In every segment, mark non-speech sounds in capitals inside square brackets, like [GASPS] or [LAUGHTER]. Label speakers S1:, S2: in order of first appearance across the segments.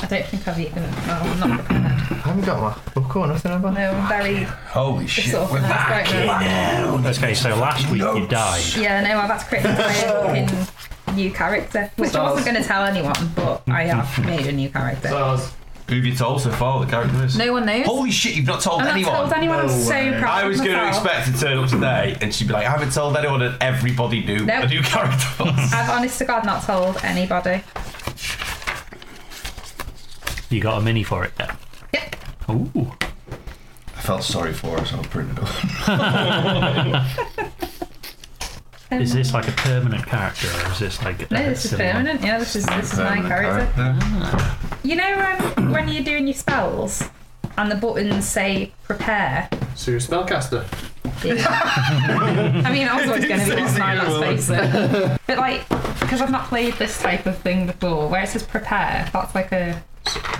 S1: I don't think I've eaten. Well, I'm not prepared.
S2: I haven't got my book or nothing have I?
S1: No, I'm very
S3: Holy shit,
S1: sort of
S3: we're
S1: nice
S3: back
S1: right now.
S3: in hell.
S4: Okay, so last week you
S3: Notes.
S4: died.
S1: Yeah, no, I've had to create my own fucking new character, which I wasn't going to tell anyone, but I have made a new character.
S2: Stars.
S3: Who have you told so far what the character is?
S1: No one knows.
S3: Holy shit, you've not told
S1: I'm
S3: anyone.
S1: not told anyone. I'm
S2: No
S1: so
S2: way.
S1: proud.
S3: I was
S1: going to
S3: expect to turn up today and she'd be like, I haven't told anyone and everybody knew
S1: No.
S3: what the new character was.
S1: I've honest to God not told anybody.
S4: You got a mini for it then.
S1: Yep.
S4: Ooh.
S3: [LAUGHS] I felt sorry for her, so I printed it up.
S4: Is this like a permanent character or is this like
S1: No,
S4: a
S1: this is
S4: similar-
S1: permanent. Yeah, this is this is my character. Mm-hmm. You know um, when you're doing your spells and the buttons say prepare.
S5: So you're a spellcaster.
S1: Yeah. [LAUGHS] I mean, I was always going to be one. Let's face it. But like, because I've not played this type of thing before, where it says prepare, that's like a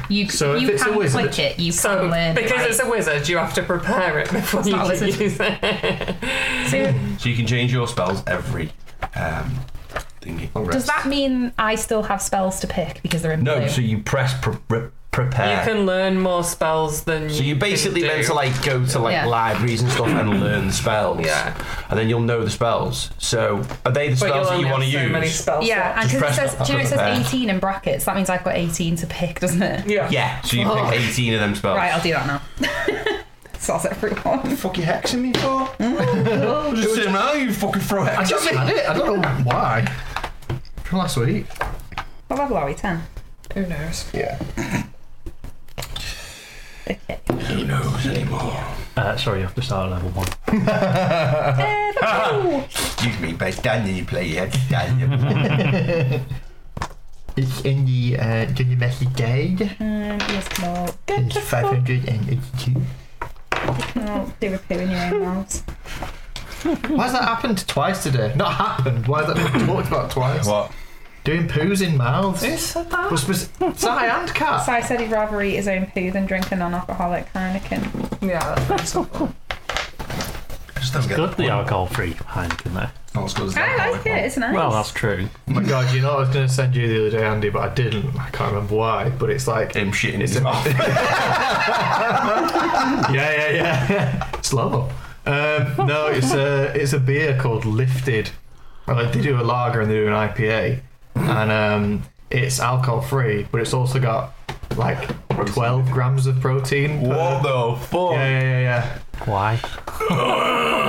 S1: you
S2: So if
S1: you
S2: it's a
S1: can
S2: wizard-
S1: click it, you
S6: So,
S2: Um,
S1: can learn. it,
S6: because
S1: right?
S6: it's a wizard, you have to prepare it before Oh, [LAUGHS] you
S1: not a
S6: can
S1: wizard.
S2: [LAUGHS]
S6: use it.
S1: so
S3: So you can change your spells every um, thingy.
S1: does that mean I still have spells to pick because they're in
S3: No,
S1: blue?
S3: so you press pre- pre- prepare.
S6: You can learn more spells than
S3: so
S6: you
S3: you
S6: can
S3: basically meant
S6: do.
S3: to like go to like
S1: Yeah.
S3: libraries and stuff and learn the spells.
S6: Yeah.
S3: And then you'll know the spells. So are they the
S6: But you'll
S3: spells that
S6: only
S3: you want to
S6: have so
S3: use?
S6: many spells
S1: yeah,
S6: left.
S1: and
S3: Just
S1: because it
S3: press
S1: says, do you know, it
S3: prepare.
S1: says 18 in brackets. That means I've got 18 to pick, doesn't it?
S6: Yeah.
S3: Yeah. So you pick 18 of them spells.
S1: Right, I'll do that now. [LAUGHS] so that's everyone.
S2: Fuck you hexing me
S6: [LAUGHS]
S2: for?
S3: Just sit around, you fucking throw
S2: I
S3: it.
S2: just had it. I don't know why. From last week.
S1: What level are we? 10.
S6: Who knows?
S2: Yeah.
S1: Okay.
S3: Who knows anymore?
S4: Uh, sorry, you have to start at level one.
S3: Uh-huh.
S1: Eh, no.
S3: You can be best Daniel you play, you have to [LAUGHS] Daniel.
S2: It's in the uh, Dungeon Master Guide.
S1: Um, yes, Mark.
S2: It's 582.
S1: No, do a poo in your own mouths.
S2: Why's that happened twice today? Not happened. Why's that been talked about twice?
S3: what?
S2: Doing poos in mouths.
S6: Who said that?
S2: Was was Sai and Cat?
S1: Sai said he'd rather eat his own poo than drink a non-alcoholic Heineken.
S6: Yeah, that's reasonable.
S3: Just don't get
S4: Good, the alcohol free Heineken there.
S3: Not as good as that
S1: I
S3: comic
S1: like
S3: one.
S1: it. It's nice.
S4: Well, that's true.
S2: Oh my god, you know I was going to send you the other day, Andy, but I didn't. I can't remember why. But it's like, yeah,
S3: Him shitting
S2: It's
S3: his
S2: a-
S3: mouth.
S2: yeah, yeah. [LAUGHS] Slow. Um, no, it's a it's a beer called Lifted. Well, like, they do a lager and they do an IPA, and um, it's alcohol free, but it's also got like twelve grams of protein. per-
S3: [LAUGHS] what the fuck?
S2: Yeah, yeah, yeah, yeah.
S4: Why?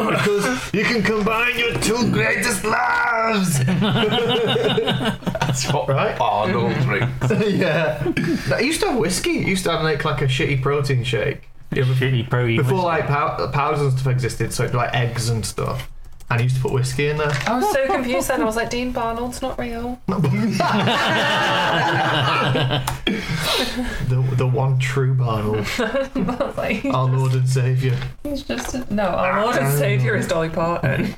S2: Because you can combine your two greatest loves.
S3: That's what
S2: Right? [LAUGHS]
S3: Arnold drinks.
S2: yeah. No, I used to have whiskey. I used to have like, like a shitty protein shake. Yeah, bef-
S4: Shitty pro
S2: before like pow- powders and stuff existed, so it'd be like eggs and stuff. And I used to put whiskey in there. [LAUGHS]
S6: I was so confused then. I was like, Dean Barnold's not
S1: [LAUGHS]
S6: real.
S2: The, the one true Barnold,
S1: [LAUGHS]
S6: But, like,
S2: our Lord and Saviour.
S6: he's just a- no. Our Lord
S4: Um,
S6: and Savior is Dolly Parton.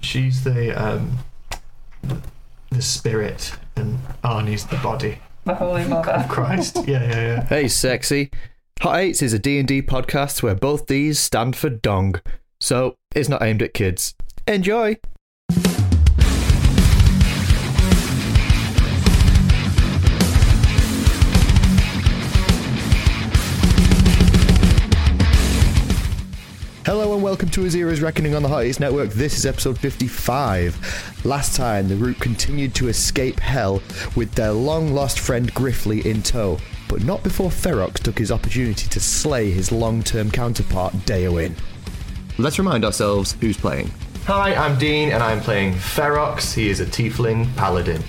S2: She's the um, the spirit, and Arnie's the body.
S1: [LAUGHS]
S6: The Holy Mother.
S2: Christ. Yeah, yeah, yeah.
S7: Hey, sexy. Hot Eights is a D&D podcast where both these stand for dong, so it's not aimed at kids. Enjoy. Hello and welcome to Azira's Reckoning on the Hot Eats Network. This is episode 55. Last time, the group continued to escape hell with their long lost friend Griffley in tow, but not before Ferox took his opportunity to slay his long term counterpart Daewin. Let's remind ourselves who's playing.
S2: Hi, I'm Dean, and I'm playing Ferox. He is a tiefling paladin.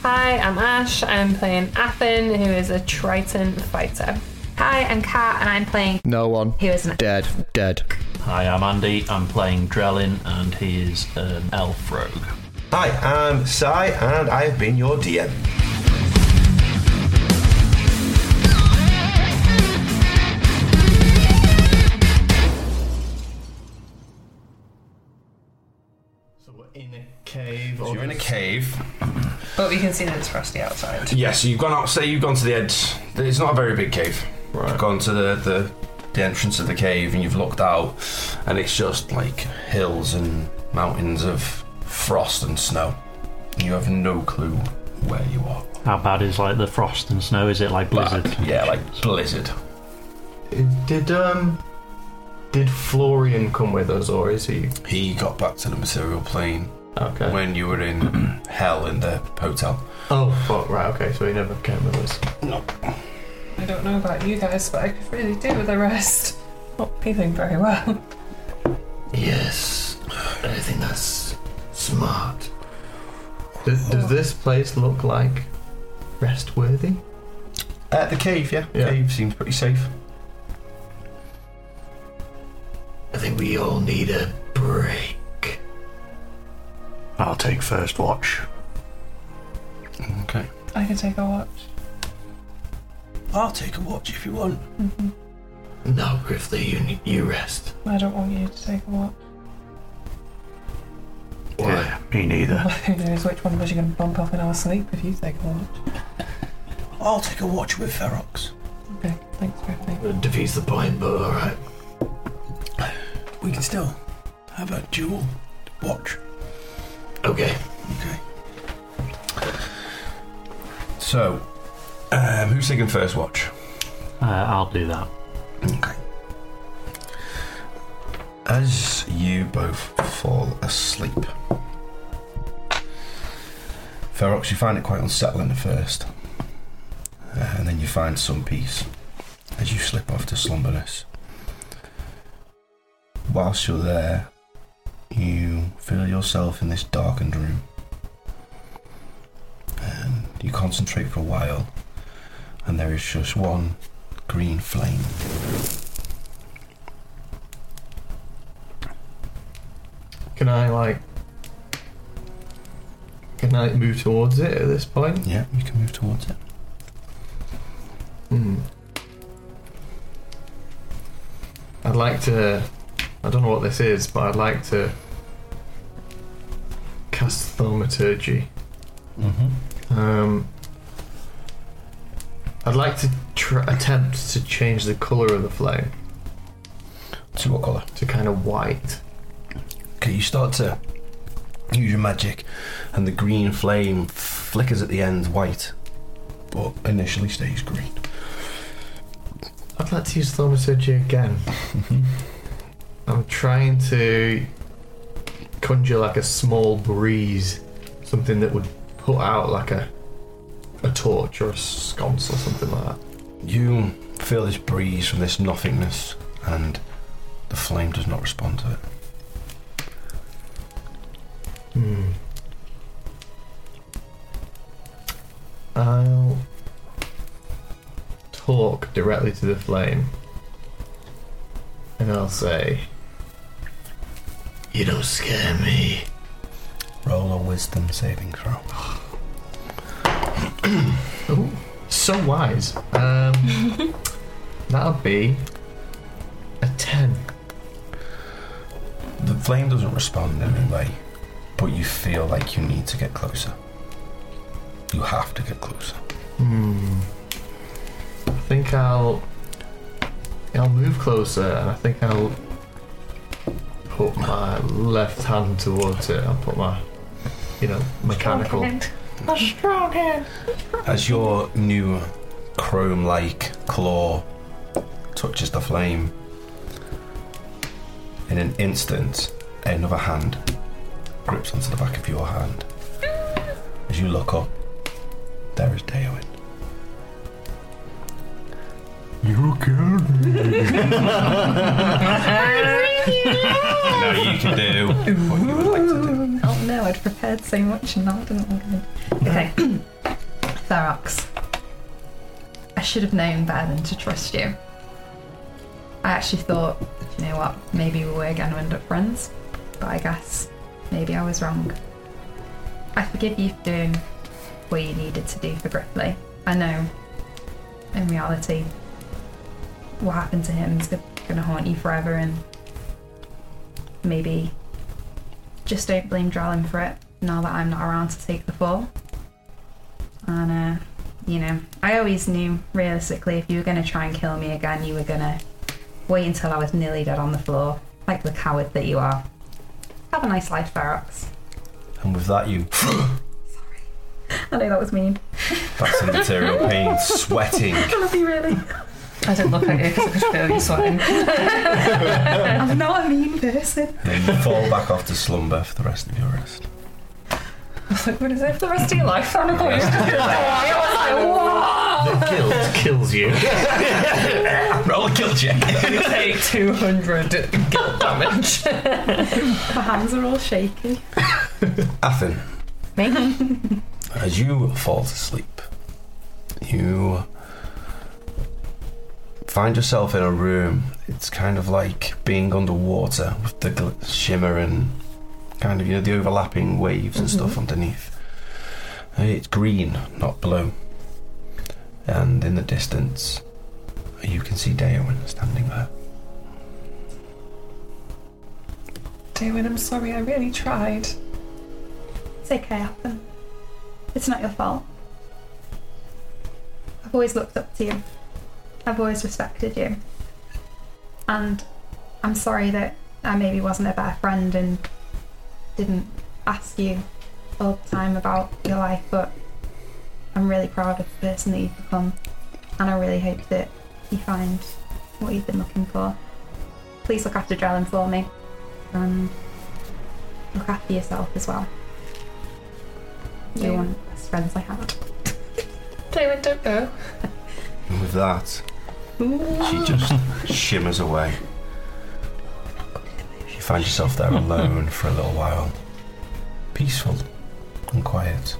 S6: Hi, I'm Ash. I'm playing Athen, who is a Triton fighter.
S8: Hi, I'm Kat, and I'm playing.
S7: No one.
S8: Who is next?
S7: Dead. Dead.
S4: Hi, I'm Andy. I'm playing Drellin, and he is an elf rogue.
S3: Hi, I'm Sai, and I've been your DM.
S2: So we're in a cave. Or
S3: You're in a cave.
S6: But we can see that it's frosty outside.
S3: Yeah, so you've gone out. Say you've gone to the edge. It's not a very big cave. Right. You've gone to the, the the entrance of the cave, and you've looked out, and it's just like hills and mountains of frost and snow. You have no clue where you are.
S4: How bad is like the frost and snow? Is it like blizzard?
S3: But, yeah, like blizzard.
S2: Did um, did Florian come with us, or is he?
S3: He got back to the material plane
S2: Okay.
S3: when you were in [CLEARS THROAT] hell in the hotel.
S2: Oh, fuck, right. Okay, so he never came with us.
S3: No.
S9: I don't know about you guys, but I could really do with a rest. Not feeling
S1: [LAUGHS]
S9: very well.
S2: Yes, I think that's smart. Does, does this place look like rest worthy?
S3: At the cave, yeah.
S2: Yeah.
S3: Cave seems pretty safe.
S2: I think we all need a break.
S10: I'll take first watch.
S3: Okay.
S9: I could take a watch.
S3: I'll take a watch if you want.
S9: Mm-hmm.
S2: No, Griffley, you need you rest.
S9: I don't want you to take a watch. [LAUGHS]
S10: Yeah, me neither.
S9: Who knows which one of us you're going to bump up in our sleep if you take a watch.
S3: I'll take a watch with Ferox.
S9: Okay, thanks, Griffin.
S2: It defeats the point, but all right.
S3: We can still have a dual watch.
S2: Okay.
S3: Okay. So, um, who's taking first watch?
S4: Uh, I'll do that.
S3: Okay. As you both fall asleep, Ferox, you find it quite unsettling at first, Uh, and then you find some peace as you slip off to slumberness. Whilst you're there, you feel yourself in this darkened room, and you concentrate for a while, and there is just one green flame.
S2: Can I like? Can I move towards it at this point?
S3: Yeah, you can move towards it.
S2: Hmm. I'd like to. I don't know what this is, but I'd like to cast thaumaturgy.
S3: Mm-hmm.
S2: Um, I'd like to tr- attempt to change the color of the flame
S3: To what colour?
S2: to kind of white.
S3: Okay, you start to use your magic, and the green flame flickers at the end white, but initially stays green.
S2: I'd like to use thaumaturgy again. I'm trying to conjure like a small breeze, something that would put out like a a torch or a sconce or something like that.
S3: You feel this breeze from this nothingness, and the flame does not respond to it.
S2: Hmm. I'll talk directly to the flame. And I'll say, You don't scare me.
S3: Roll a wisdom saving throw.
S2: Ooh, so wise. Um, that'll be a 10.
S3: The flame doesn't respond in any way, but you feel like you need to get closer. You have to get closer.
S2: Hmm. I think I'll. I'll move closer and I think I'll put my left hand towards it. I'll put my, you know, mechanical.
S3: As your new chrome like claw touches the flame, in an instant, another hand grips onto the back of your hand. As you look up, there is Daewin. You killed me. no, you can do what you would like to do.
S1: [LAUGHS] Oh no, I'd prepared so much and now it doesn't look good. Okay.
S3: [CLEARS THROAT]
S1: Ferox. I should have known better than to trust you. I actually thought, you know what, maybe we were going to end up friends, but I guess maybe I was wrong. I forgive you for doing what you needed to do for Griffley. I know, in reality, what happened to him is going to haunt you forever, and maybe just don't blame Drellin for it now that I'm not around to take the fall. And, uh, you know, I always knew realistically if you were going to try and kill me again, you were going to wait until I was nearly dead on the floor, like the coward that you are. Have a nice life, Ferox.
S3: And with that, you
S8: I know that was mean.
S3: That's in material pain, sweating.
S8: I love you really.
S1: I didn't look at you because I could feel you sweating.
S8: [LAUGHS] I'm not a mean person.
S3: Then [LAUGHS] you fall back off to slumber for the rest of your rest.
S1: Like, what is it for the rest of your life? Sound
S8: [LAUGHS]
S1: of
S2: The
S4: [LAUGHS]
S2: guilt kills you.
S3: Roll a kill check.
S1: Take 200 guilt damage.
S8: My hands are all shaky.
S3: Athen,
S1: [LAUGHS]
S6: Me?
S3: as you fall to sleep, you find yourself in a room. It's kind of like being underwater with the gl- shimmer and kind of, you know, the overlapping waves and stuff underneath. Uh, It's green, not blue. And in the distance, you can see Daewin standing there.
S1: Daywin, I'm sorry, I really tried.
S8: It's okay, happen. It's not your fault. I've always looked up to you. I've always respected you. And I'm sorry that I maybe wasn't a better friend and didn't ask you all the time about your life, but I'm really proud of the person that you've become. And I really hope that you find what you've been looking for. Please look after Drellin for me. And look after yourself as well. You're one of the best friends I had.
S6: David, don't go.
S3: And with that, she just shimmers away. You find yourself there alone for a little while. Peaceful and quiet.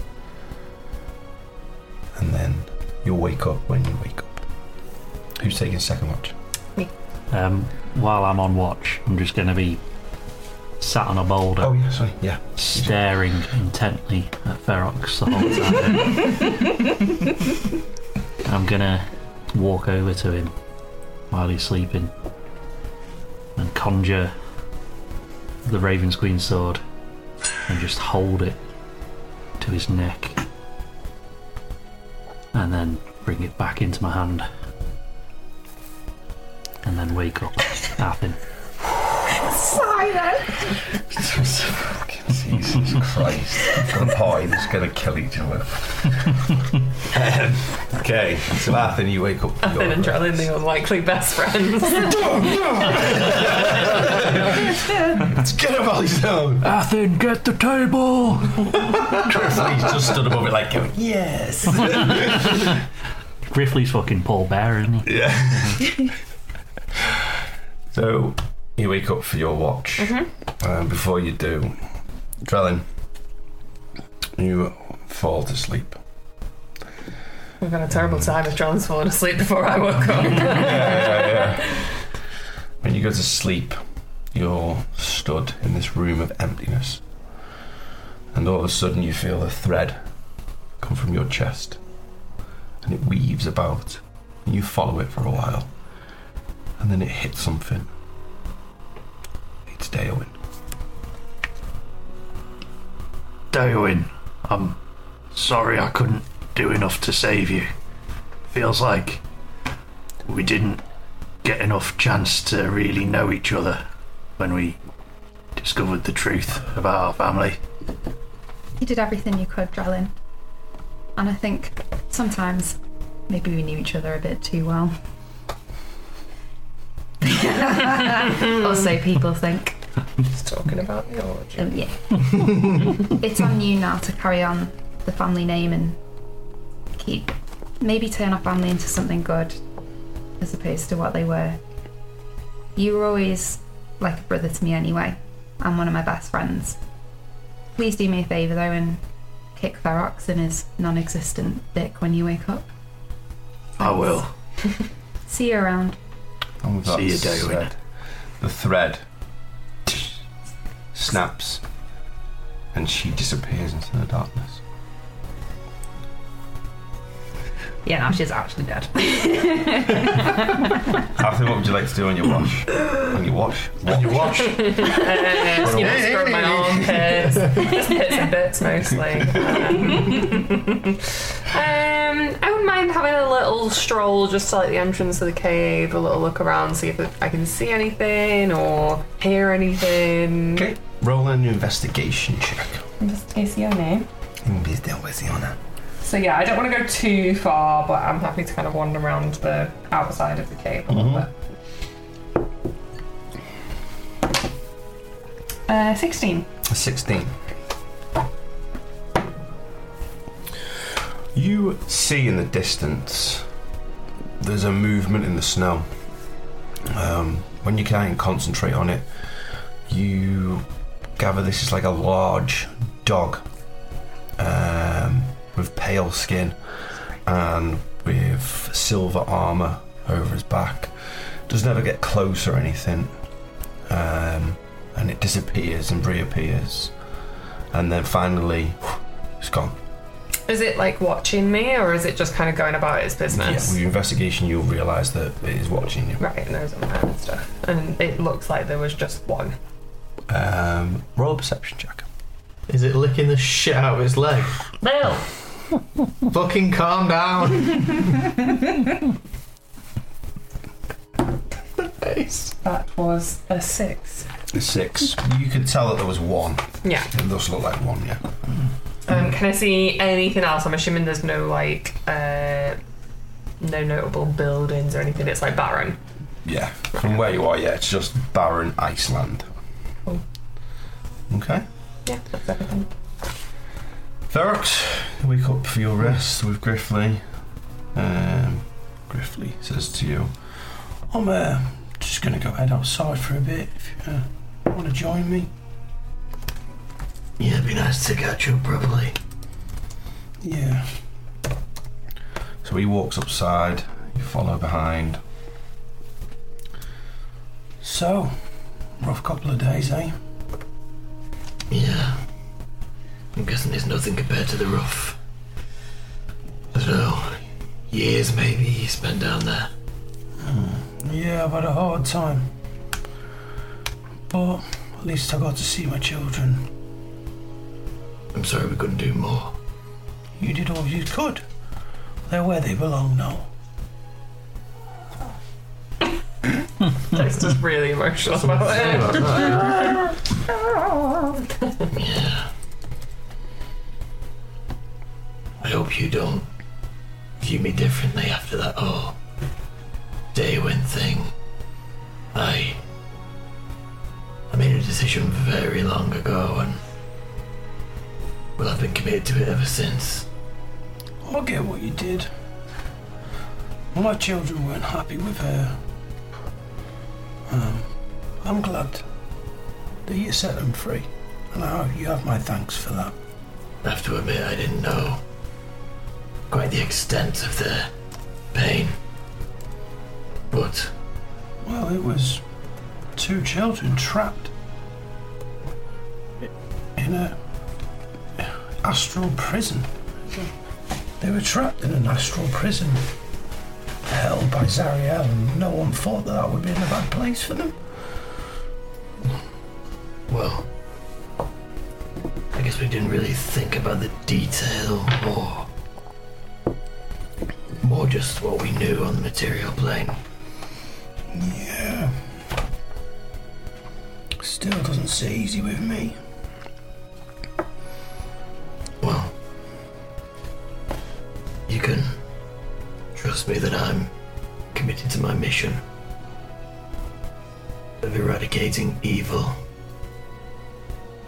S3: And then you'll wake up when you wake up. Who's taking second watch?
S4: Um, while I'm on watch, I'm just going to be sat on a boulder,
S3: Oh, yeah, sorry. Yeah.
S4: staring intently at Ferox the whole time. [LAUGHS] I'm going to walk over to him while he's sleeping and conjure the Raven's Queen sword and just hold it to his neck and then bring it back into my hand and then wake [LAUGHS] up Athen.
S8: Simon!
S3: Jesus Christ. The party is going to kill each other. Um, okay, so Athen, you wake up.
S6: Finn and Drellin, the unlikely best friends.
S3: Let's get up on his own.
S4: Athen, get the table!
S3: Griffley just stood above it like going, yes.
S4: Griffley's fucking Paul Bear, isn't he?
S3: Yeah. so you wake up for your watch. Uh, before you do, Drellin, you fall to sleep.
S6: We've had a terrible time if Drellin's fallen asleep before I woke up.
S3: [LAUGHS] When you go to sleep, you're stood in this room of emptiness. And all of a sudden, you feel a thread come from your chest. And it weaves about. And you follow it for a while. And then it hits something. It's Daewin.
S5: Darwin, I'm sorry I couldn't do enough to save you. Feels like we didn't get enough chance to really know each other when we discovered the truth about our family.
S8: You did everything you could, Drellin. And I think sometimes maybe we knew each other a bit too well. or so people think.
S6: Just talking about the orgy.
S8: Um, yeah. [LAUGHS] it's on you now to carry on the family name and keep maybe turn our family into something good as opposed to what they were. You were always like a brother to me anyway. I'm one of my best friends. Please do me a favour though and kick Ferox in his non existent dick when you wake up.
S5: I will.
S8: [LAUGHS] See you around.
S3: And with that
S5: See you, Daewin.
S3: said, The thread snaps and she disappears into the darkness.
S1: Yeah, now she's actually dead.
S3: Arthur, what would you like to do on your watch? on your watch?
S2: And you watch.
S6: Uh, you know,
S2: Hey,
S6: scrub
S2: hey,
S6: my
S2: hey.
S6: armpits, bits and bits mostly. um, I wouldn't mind having a little stroll just to like the entrance of the cave, a little look around, see if I can see anything or hear anything.
S3: Okay. Roll an investigation check.
S6: Just ACO name.
S3: Investigation.
S9: So yeah, I don't want to go too far, but I'm happy to kind of wander around the outside of the cave a little bit. Uh, 16.
S3: A 16. You see in the distance there's a movement in the snow. Um, when you can't concentrate on it, you gather this is like a large dog um, with pale skin and with silver armor over his back. Doesn't ever get close or anything, um, and it disappears and reappears, and then finally it's gone.
S6: Is it like watching me, or is it just kind of going about its business?
S3: with your investigation, you'll realise that it is watching you.
S6: Right, and there's a man and stuff, and it looks like there was just one.
S3: Um, roll a perception check.
S10: Is it licking the shit out of its leg?
S11: Bill!
S10: Fucking calm down.
S9: That was a 6.
S3: Six. You could tell that there was one.
S6: Yeah.
S3: It does look like one, yeah.
S6: Um, can I see anything else? I'm assuming there's no like uh, no notable buildings or anything. It's like barren.
S3: Yeah. From where you are, yeah, it's just barren Iceland.
S6: Cool.
S3: Okay.
S6: Yeah, that's everything.
S3: Ferox, wake up for your rest with Griffley. Um, Griffley says to you, I'm uh, just going to go head outside for a bit if you uh, want to join me.
S10: Yeah, it'd be nice to catch up properly.
S3: Yeah. So he walks upside, you follow behind. So, rough couple of days, eh?
S10: Yeah. I'm guessing there's nothing compared to the rough. I don't know. Years maybe you spent down there.
S3: Yeah, I've had a hard time. But at least I got to see my children.
S10: I'm sorry we couldn't do more.
S3: You did all you could. They're where they belong now.
S6: It's just really emotional about it.
S10: I hope you don't view me differently after that whole Daywin thing. I I made a decision very long ago and well I've been committed to it ever since.
S3: I get what you did. My children weren't happy with her. Um, I'm glad that you set them free. And I hope you have my thanks for that.
S10: I have to admit I didn't know quite the extent of the pain. But
S3: Well, it was two children trapped in a astral prison. They were trapped in an astral prison held by Zariel, and no one thought that that would be in a bad place for them.
S10: Well, I guess we didn't really think about the detail or more just what we knew on the material plane.
S3: Yeah. Still doesn't sit easy with me.
S10: Well, you can trust me that I'm committed to my mission of eradicating evil.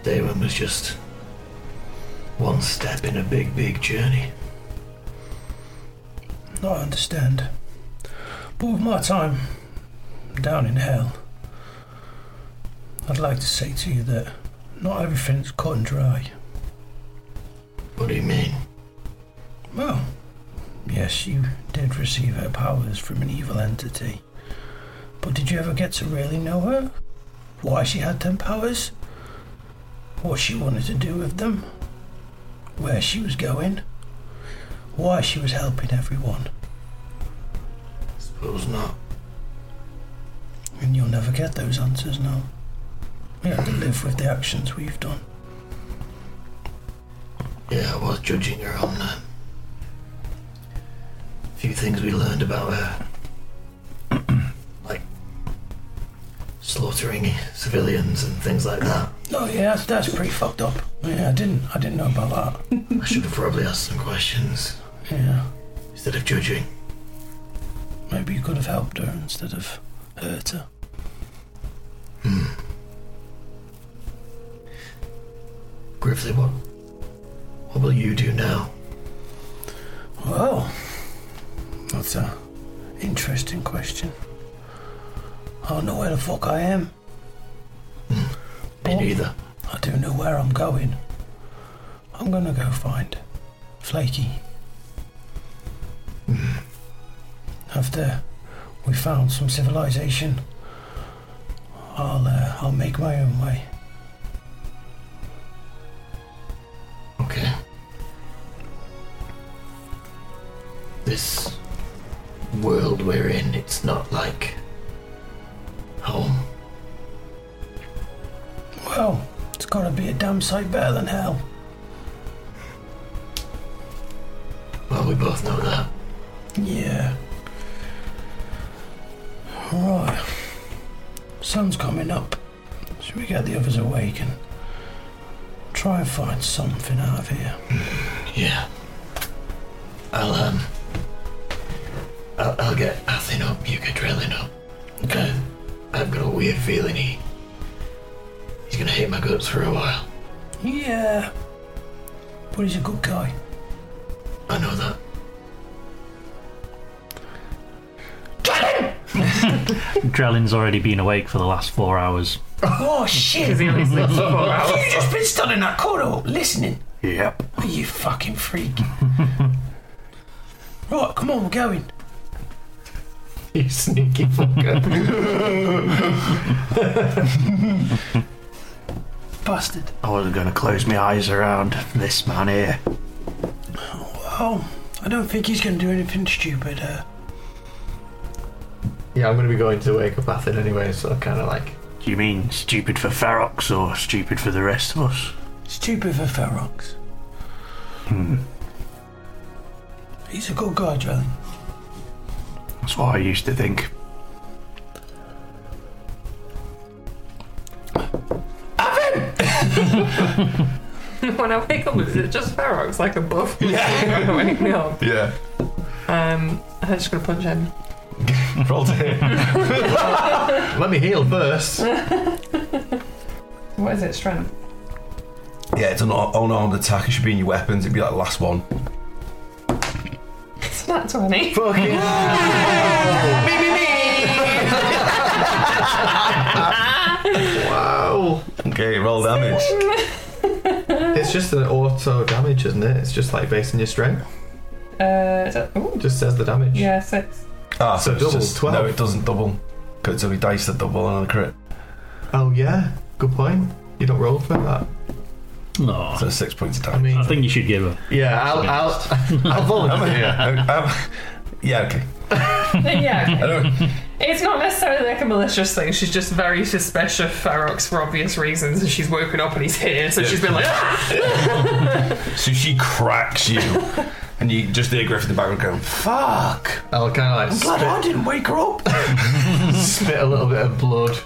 S10: Daywin was just one step in a big, big journey.
S3: I understand. But with my time down in hell, I'd like to say to you that not everything's cut and dry.
S10: What do you mean?
S3: Well, yes, you did receive her powers from an evil entity. But did you ever get to really know her? Why she had them powers? What she wanted to do with them? Where she was going? Why she was helping everyone?
S10: Suppose not.
S3: And you'll never get those answers now. We have to live with the actions we've done.
S10: Yeah, I was judging her on that. [CLEARS THROAT] few things we learned about her. like, slaughtering civilians and things like that.
S3: Oh yeah, that's, that's pretty fucked up. Yeah, I didn't I didn't know about that.
S10: I should have probably asked some questions
S3: Yeah,
S10: instead of judging.
S3: maybe you could have helped her instead of hurt her.
S10: Griffley, what what will you do now?
S3: Well, that's a interesting question. I don't know where the fuck I am.
S10: Me neither.
S3: I do know where I'm going. I'm gonna go find Flaky. After we found some civilization, I'll uh, I'll make my own way.
S10: Okay. This world we're in, it's not like home.
S3: Well, it's gotta be a damn sight better than hell.
S10: Well, we both know that.
S3: Yeah. Right. Sun's coming up. Should we get the others awake and try and find something out of here?
S10: Yeah. I'll um. I'll, I'll get Athin up. You get Drellin up. Okay. I've got a weird feeling he he's gonna hate my guts for a while.
S3: Yeah. But he's a good guy.
S10: I know that.
S4: Drellin's already been awake for the last four hours.
S3: Oh shit!
S1: he
S3: [LAUGHS]
S1: only sleeps for four hours.
S3: You just been standing in that corridor listening.
S5: Yep.
S3: Are you
S5: [LAUGHS]
S3: fucking freak? right, come on, we're going.
S10: You sneaky fucker.
S3: [LAUGHS] Bastard.
S5: I wasn't going to close my eyes around this man here.
S3: Oh, I don't think he's gonna do anything stupid. Uh,
S2: Yeah, I'm going to be going to wake up Athen anyway, so kind of like
S5: Do you mean stupid for Ferox or stupid for the rest of us?
S3: Stupid for Ferox. He's a good guy, Drellin.
S5: That's what I used to think.
S6: [LAUGHS] when I wake up, is it just Ferox
S3: [LAUGHS]
S6: like above me? Yeah. wake me up.
S3: Yeah.
S6: Um, I'm just gonna punch him.
S3: Roll to hit.
S2: let me heal first.
S1: What is it, strength?
S3: Yeah, it's an un- unarmed attack. It should be in your weapons. It'd be like the last one.
S6: It's not
S3: [LAUGHS]
S6: Uh,
S2: [LAUGHS]
S6: 20.
S2: Fucking
S3: Okay, roll damage.
S2: It's just an auto damage, isn't it? It's just like based on your strength.
S1: Uh, is it, ooh,
S2: Just says the damage.
S1: yeah, six.
S3: Ah,
S2: So
S3: it's
S2: double, 12.
S3: No, it doesn't double. 'Cause it's only dice that double on a crit.
S2: Oh yeah, good point. You don't roll for that.
S4: No.
S3: So six points of
S2: I
S3: damage.
S2: mean,
S4: I think you should give her.
S2: yeah, I'll I'll I'll volunteer.
S3: Um, um, yeah, [LAUGHS] okay.
S6: yeah.
S3: [LAUGHS] I don't.
S6: It's not necessarily like a malicious thing. She's just very suspicious of Ferox for obvious reasons, and she's woken up and he's here, so she's been like, "Ah!"
S3: So she cracks [LAUGHS] you, and you just hear Griffin in the background going, "Fuck!
S2: I'll kind of like
S3: Glad I didn't wake her up."
S2: spit a little bit of blood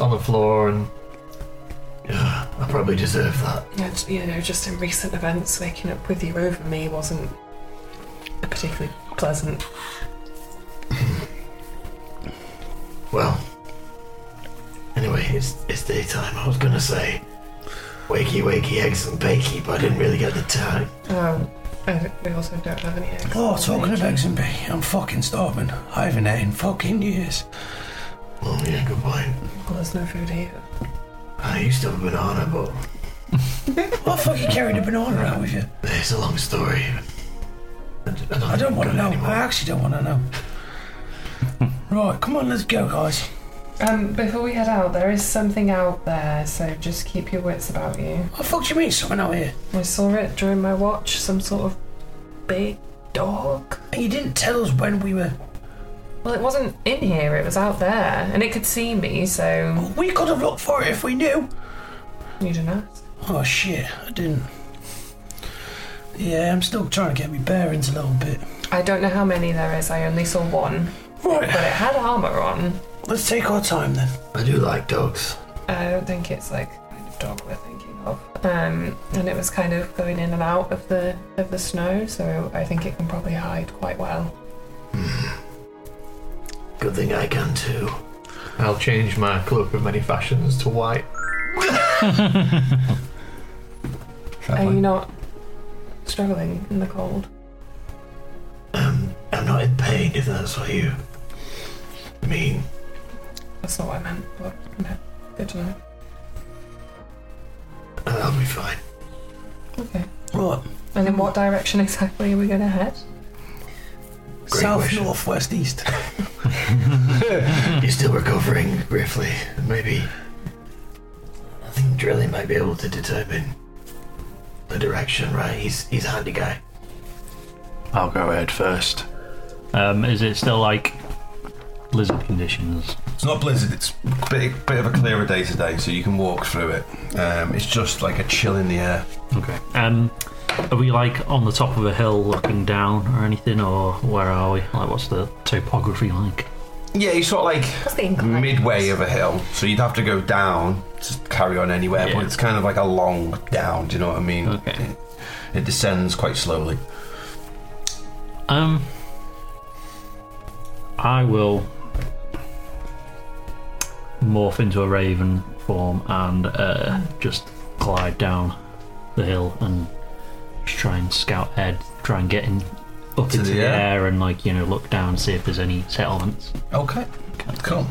S2: on the floor and
S10: Yeah, I probably deserve that.
S6: Yeah, it's- You know, just in recent events, waking up with you over me wasn't a particularly pleasant.
S10: Well. Anyway, it's it's daytime. I was gonna say, wakey wakey eggs and bakey, but I didn't really get the time.
S6: Um, and we also don't have any eggs.
S3: Oh, talking of eggs and bacon, I'm fucking starving. I haven't eaten fucking years.
S10: Well, yeah, good point.
S6: Well, there's no food here.
S10: I used to have a banana, but
S3: What the fuck you carried a banana around with you?
S10: It's a long story. I d-
S3: I don't want to know. I
S10: anymore.
S3: actually don't want to know. Right, come on, let's go, guys.
S6: Um, before we head out, there is something out there, so just keep your wits about you.
S3: What the fuck do you mean, something out here?
S6: I saw it during my watch, some sort of big dog.
S3: And you didn't tell us when we were.
S6: Well, it wasn't in here, it was out there, and it could see me, so
S3: We could have looked for it if we knew.
S6: you don't ask.
S3: Oh shit, I didn't. Yeah, I'm still trying to get my bearings a little bit.
S6: I don't know how many there is, I only saw one, but
S3: Right,
S6: it had armour on.
S10: Let's take our time then. I do like dogs.
S6: I don't think it's like the kind of dog we're thinking of. Um, and it was kind of going in and out of the of the snow, so I think it can probably hide quite well.
S10: Good thing I can too.
S2: I'll change my cloak of many fashions to white.
S6: Are you not struggling in the cold?
S10: Um, I'm not in pain if that's what you mean.
S6: That's not what I meant. But no, good to know.
S10: I'll be fine.
S6: Okay.
S10: Right.
S6: And in what direction exactly are we going to head?
S10: Great
S6: South,
S10: question.
S3: North, west, east.
S10: [LAUGHS]
S3: [LAUGHS]
S10: You're still recovering, briefly. Maybe. I think Drilly might be able to determine the direction, right? He's he's a handy guy.
S5: I'll go ahead first.
S4: Um, is it still like blizzard conditions?
S3: It's not blizzard. It's a bit, bit of a clearer day today, so you can walk through it. Um, it's just like a chill in the air.
S4: Okay. Um, are we like on the top of a hill looking down or anything, or where are we? Like, what's the topography like?
S3: Yeah, you're sort of
S6: What's the
S3: like
S6: incline?
S3: midway of a hill, so you'd have to go down to carry on anywhere.
S4: Yeah.
S3: But it's kind of like a long down. Do you know what I mean?
S4: Okay.
S3: It, it descends quite slowly.
S4: Um, I will morph into a raven form and uh, just glide down the hill and just try and scout ahead, try and get in up
S3: To
S4: into
S3: the
S4: the
S3: air?
S4: air and like you know look down see if there's any settlements.
S3: Okay. Cool.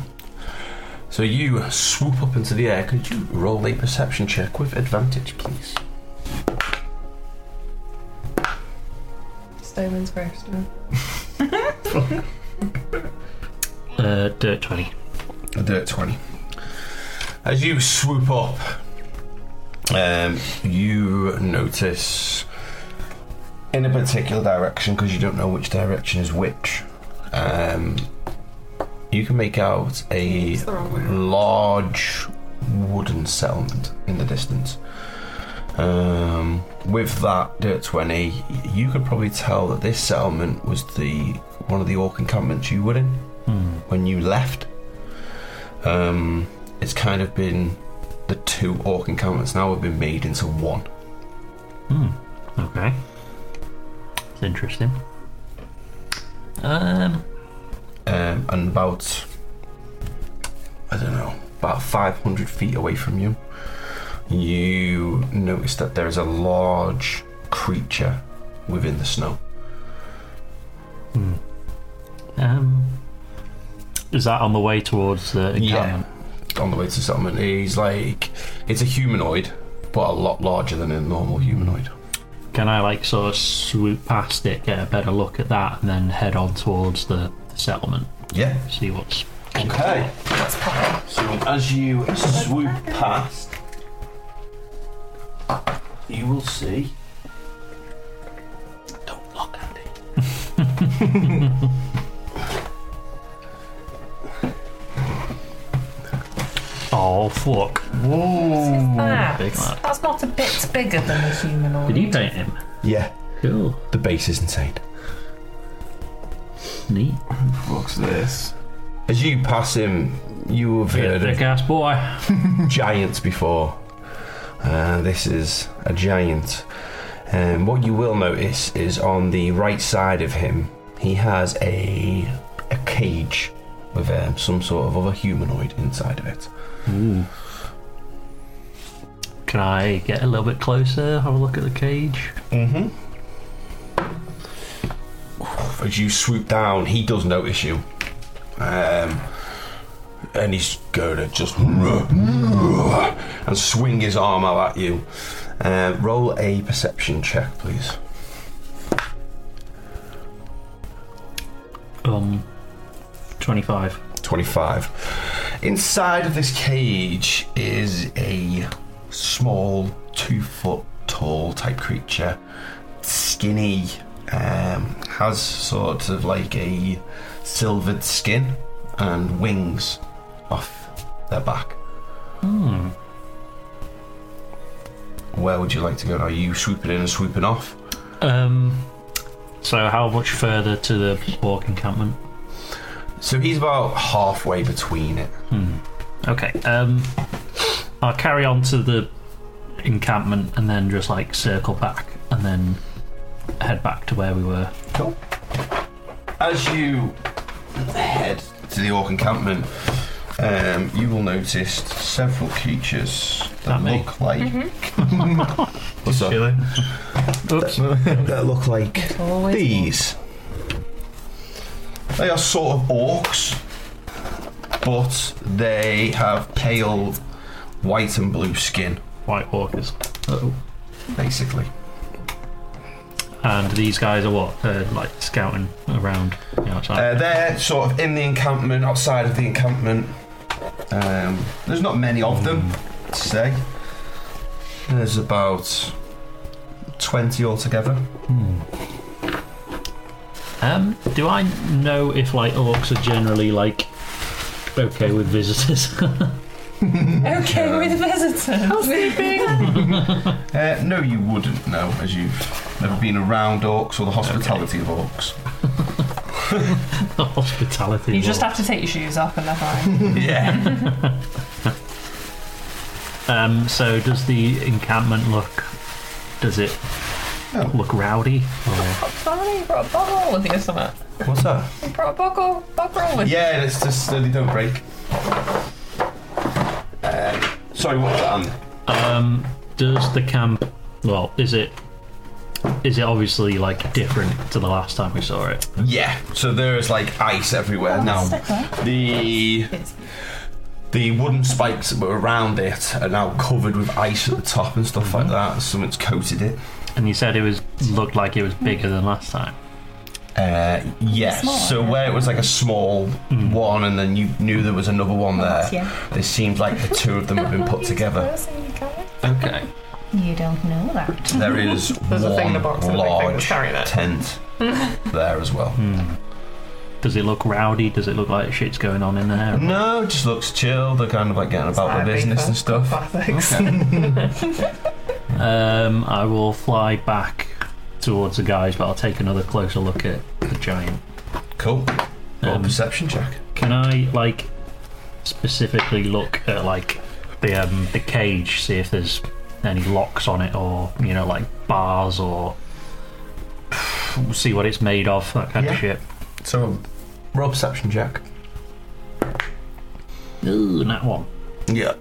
S3: So you swoop up into the air. Could you roll a perception check with advantage, please?
S6: Stoneman's Gravestone.
S4: Uh, dirt twenty.
S3: A dirt 20. As you swoop up, um, you notice in a particular direction, because you don't know which direction is which, um, you can make out a
S6: It's the wrong way.
S3: large wooden settlement in the distance. Um, with that dirt 20, you could probably tell that this settlement was the one of the orc encampments you were in when you left. Um, it's kind of been the two orc encampments now have been made into one.
S4: Okay, it's interesting. Um,
S3: Um, and about, I don't know, about 500 feet away from you, you notice that there is a large creature within the snow.
S4: um, is that on the way towards the encampment?
S3: On the way to the settlement. He's like, it's a humanoid, but a lot larger than a normal humanoid.
S4: Can I like sort of swoop past it, get a better look at that, and then head on towards the, the settlement,
S3: Yeah.
S4: see what's.
S3: Okay. So as you swoop past, you will see. Don't look, Andy.
S4: Oh fuck!
S1: Ah,
S4: Big
S6: That's,
S4: lad.
S6: that's not a bit bigger than a humanoid.
S4: Did you paint him?
S3: Yeah.
S4: Cool.
S3: The base is insane.
S4: Neat.
S3: What's this? As you pass him, you have
S4: Bit
S3: heard
S4: of
S3: of
S4: gas boy.
S3: giants before. Uh, this is a giant. Um, what you will notice is on the right side of him, he has a a cage with um, some sort of other humanoid inside of it.
S4: Can I get a little bit closer? Have a look at the cage.
S3: Mm-hmm. As you swoop down, he does notice you. Um, and he's going to just and swing his arm out at you. Uh, roll a perception check, please.
S4: Um, twenty-five.
S3: 25. Inside of this cage is a small, two foot tall type creature. Skinny, um, has sort of like a silvered skin and wings off their back.
S4: Hmm.
S3: Where would you like to go? Are you swooping in and swooping off?
S4: Um. So how much further to the walk encampment?
S3: So he's about halfway between it.
S4: Hmm. Okay. Um, I'll carry on to the encampment and then just like circle back and then head back to where we were.
S3: Cool. As you head to the orc encampment, um, you will notice several creatures that
S4: Not me.
S3: look like [LAUGHS] What's up?
S2: Chilling.
S4: Oops.
S3: [LAUGHS] that look like
S6: Always
S3: these. They are sort of orcs, but they have pale white and blue skin,
S4: White walkers.
S3: basically.
S4: And these guys are what? Uh, like scouting around the outside.
S3: Uh, they're sort of in the encampment, outside of the encampment. Um, there's not many of them, to say. There's about 20 altogether.
S4: Hmm. um, do I know if like orcs are generally like okay with visitors? [LAUGHS]
S1: Okay, with visitors.
S3: Uh, no, you wouldn't know, as you've never been around orcs or the hospitality of orcs.
S4: Hospitality.
S1: You just
S4: law.
S1: have to take your shoes off and they're fine.
S3: yeah.
S4: Um, so does the encampment look? Does it
S3: No.
S4: look rowdy? Or,
S1: Sorry, you brought a bottle with you or something.
S3: What's that?
S1: You brought a buckle, buckle with
S3: Yeah, and it's just so they don't break. Uh, sorry, what's that? Andy?
S4: um, does the camp? Well, is it? Is it obviously like different to the last time we saw it?
S3: Yeah, so there is like ice everywhere now. The the wooden spikes that were around it are now covered with ice at the top and stuff like that. Someone's coated it.
S4: And you said it was looked like it was bigger than last time.
S3: Uh, yes. so where it was like a small
S4: Hmm.
S3: one, and then you knew there was another one there. It seemed like the two of them have been
S6: [LAUGHS]
S3: put together. Okay.
S8: You don't know that.
S3: There is
S6: [LAUGHS] There's a
S3: one
S6: thing in the box and a big thing
S3: large
S6: that's carrying it. [LAUGHS]
S3: tent there as well.
S4: Hmm. Does it look rowdy? Does it look like shit's going on in there?
S3: No, it just looks chill. They're kind of like getting about their business and stuff. Okay.
S4: Um, I will fly back towards the guys, but I'll take another closer look at the giant.
S3: Cool. Roll
S4: Um,
S3: perception check.
S4: Can I like specifically look at like the um, the cage, see if there's any locks on it, or you know like bars, or [SIGHS] see what it's made of, that kind of
S3: Yeah.
S4: shit.
S3: So, roll perception check.
S4: Ooh, that one.
S3: Yeah.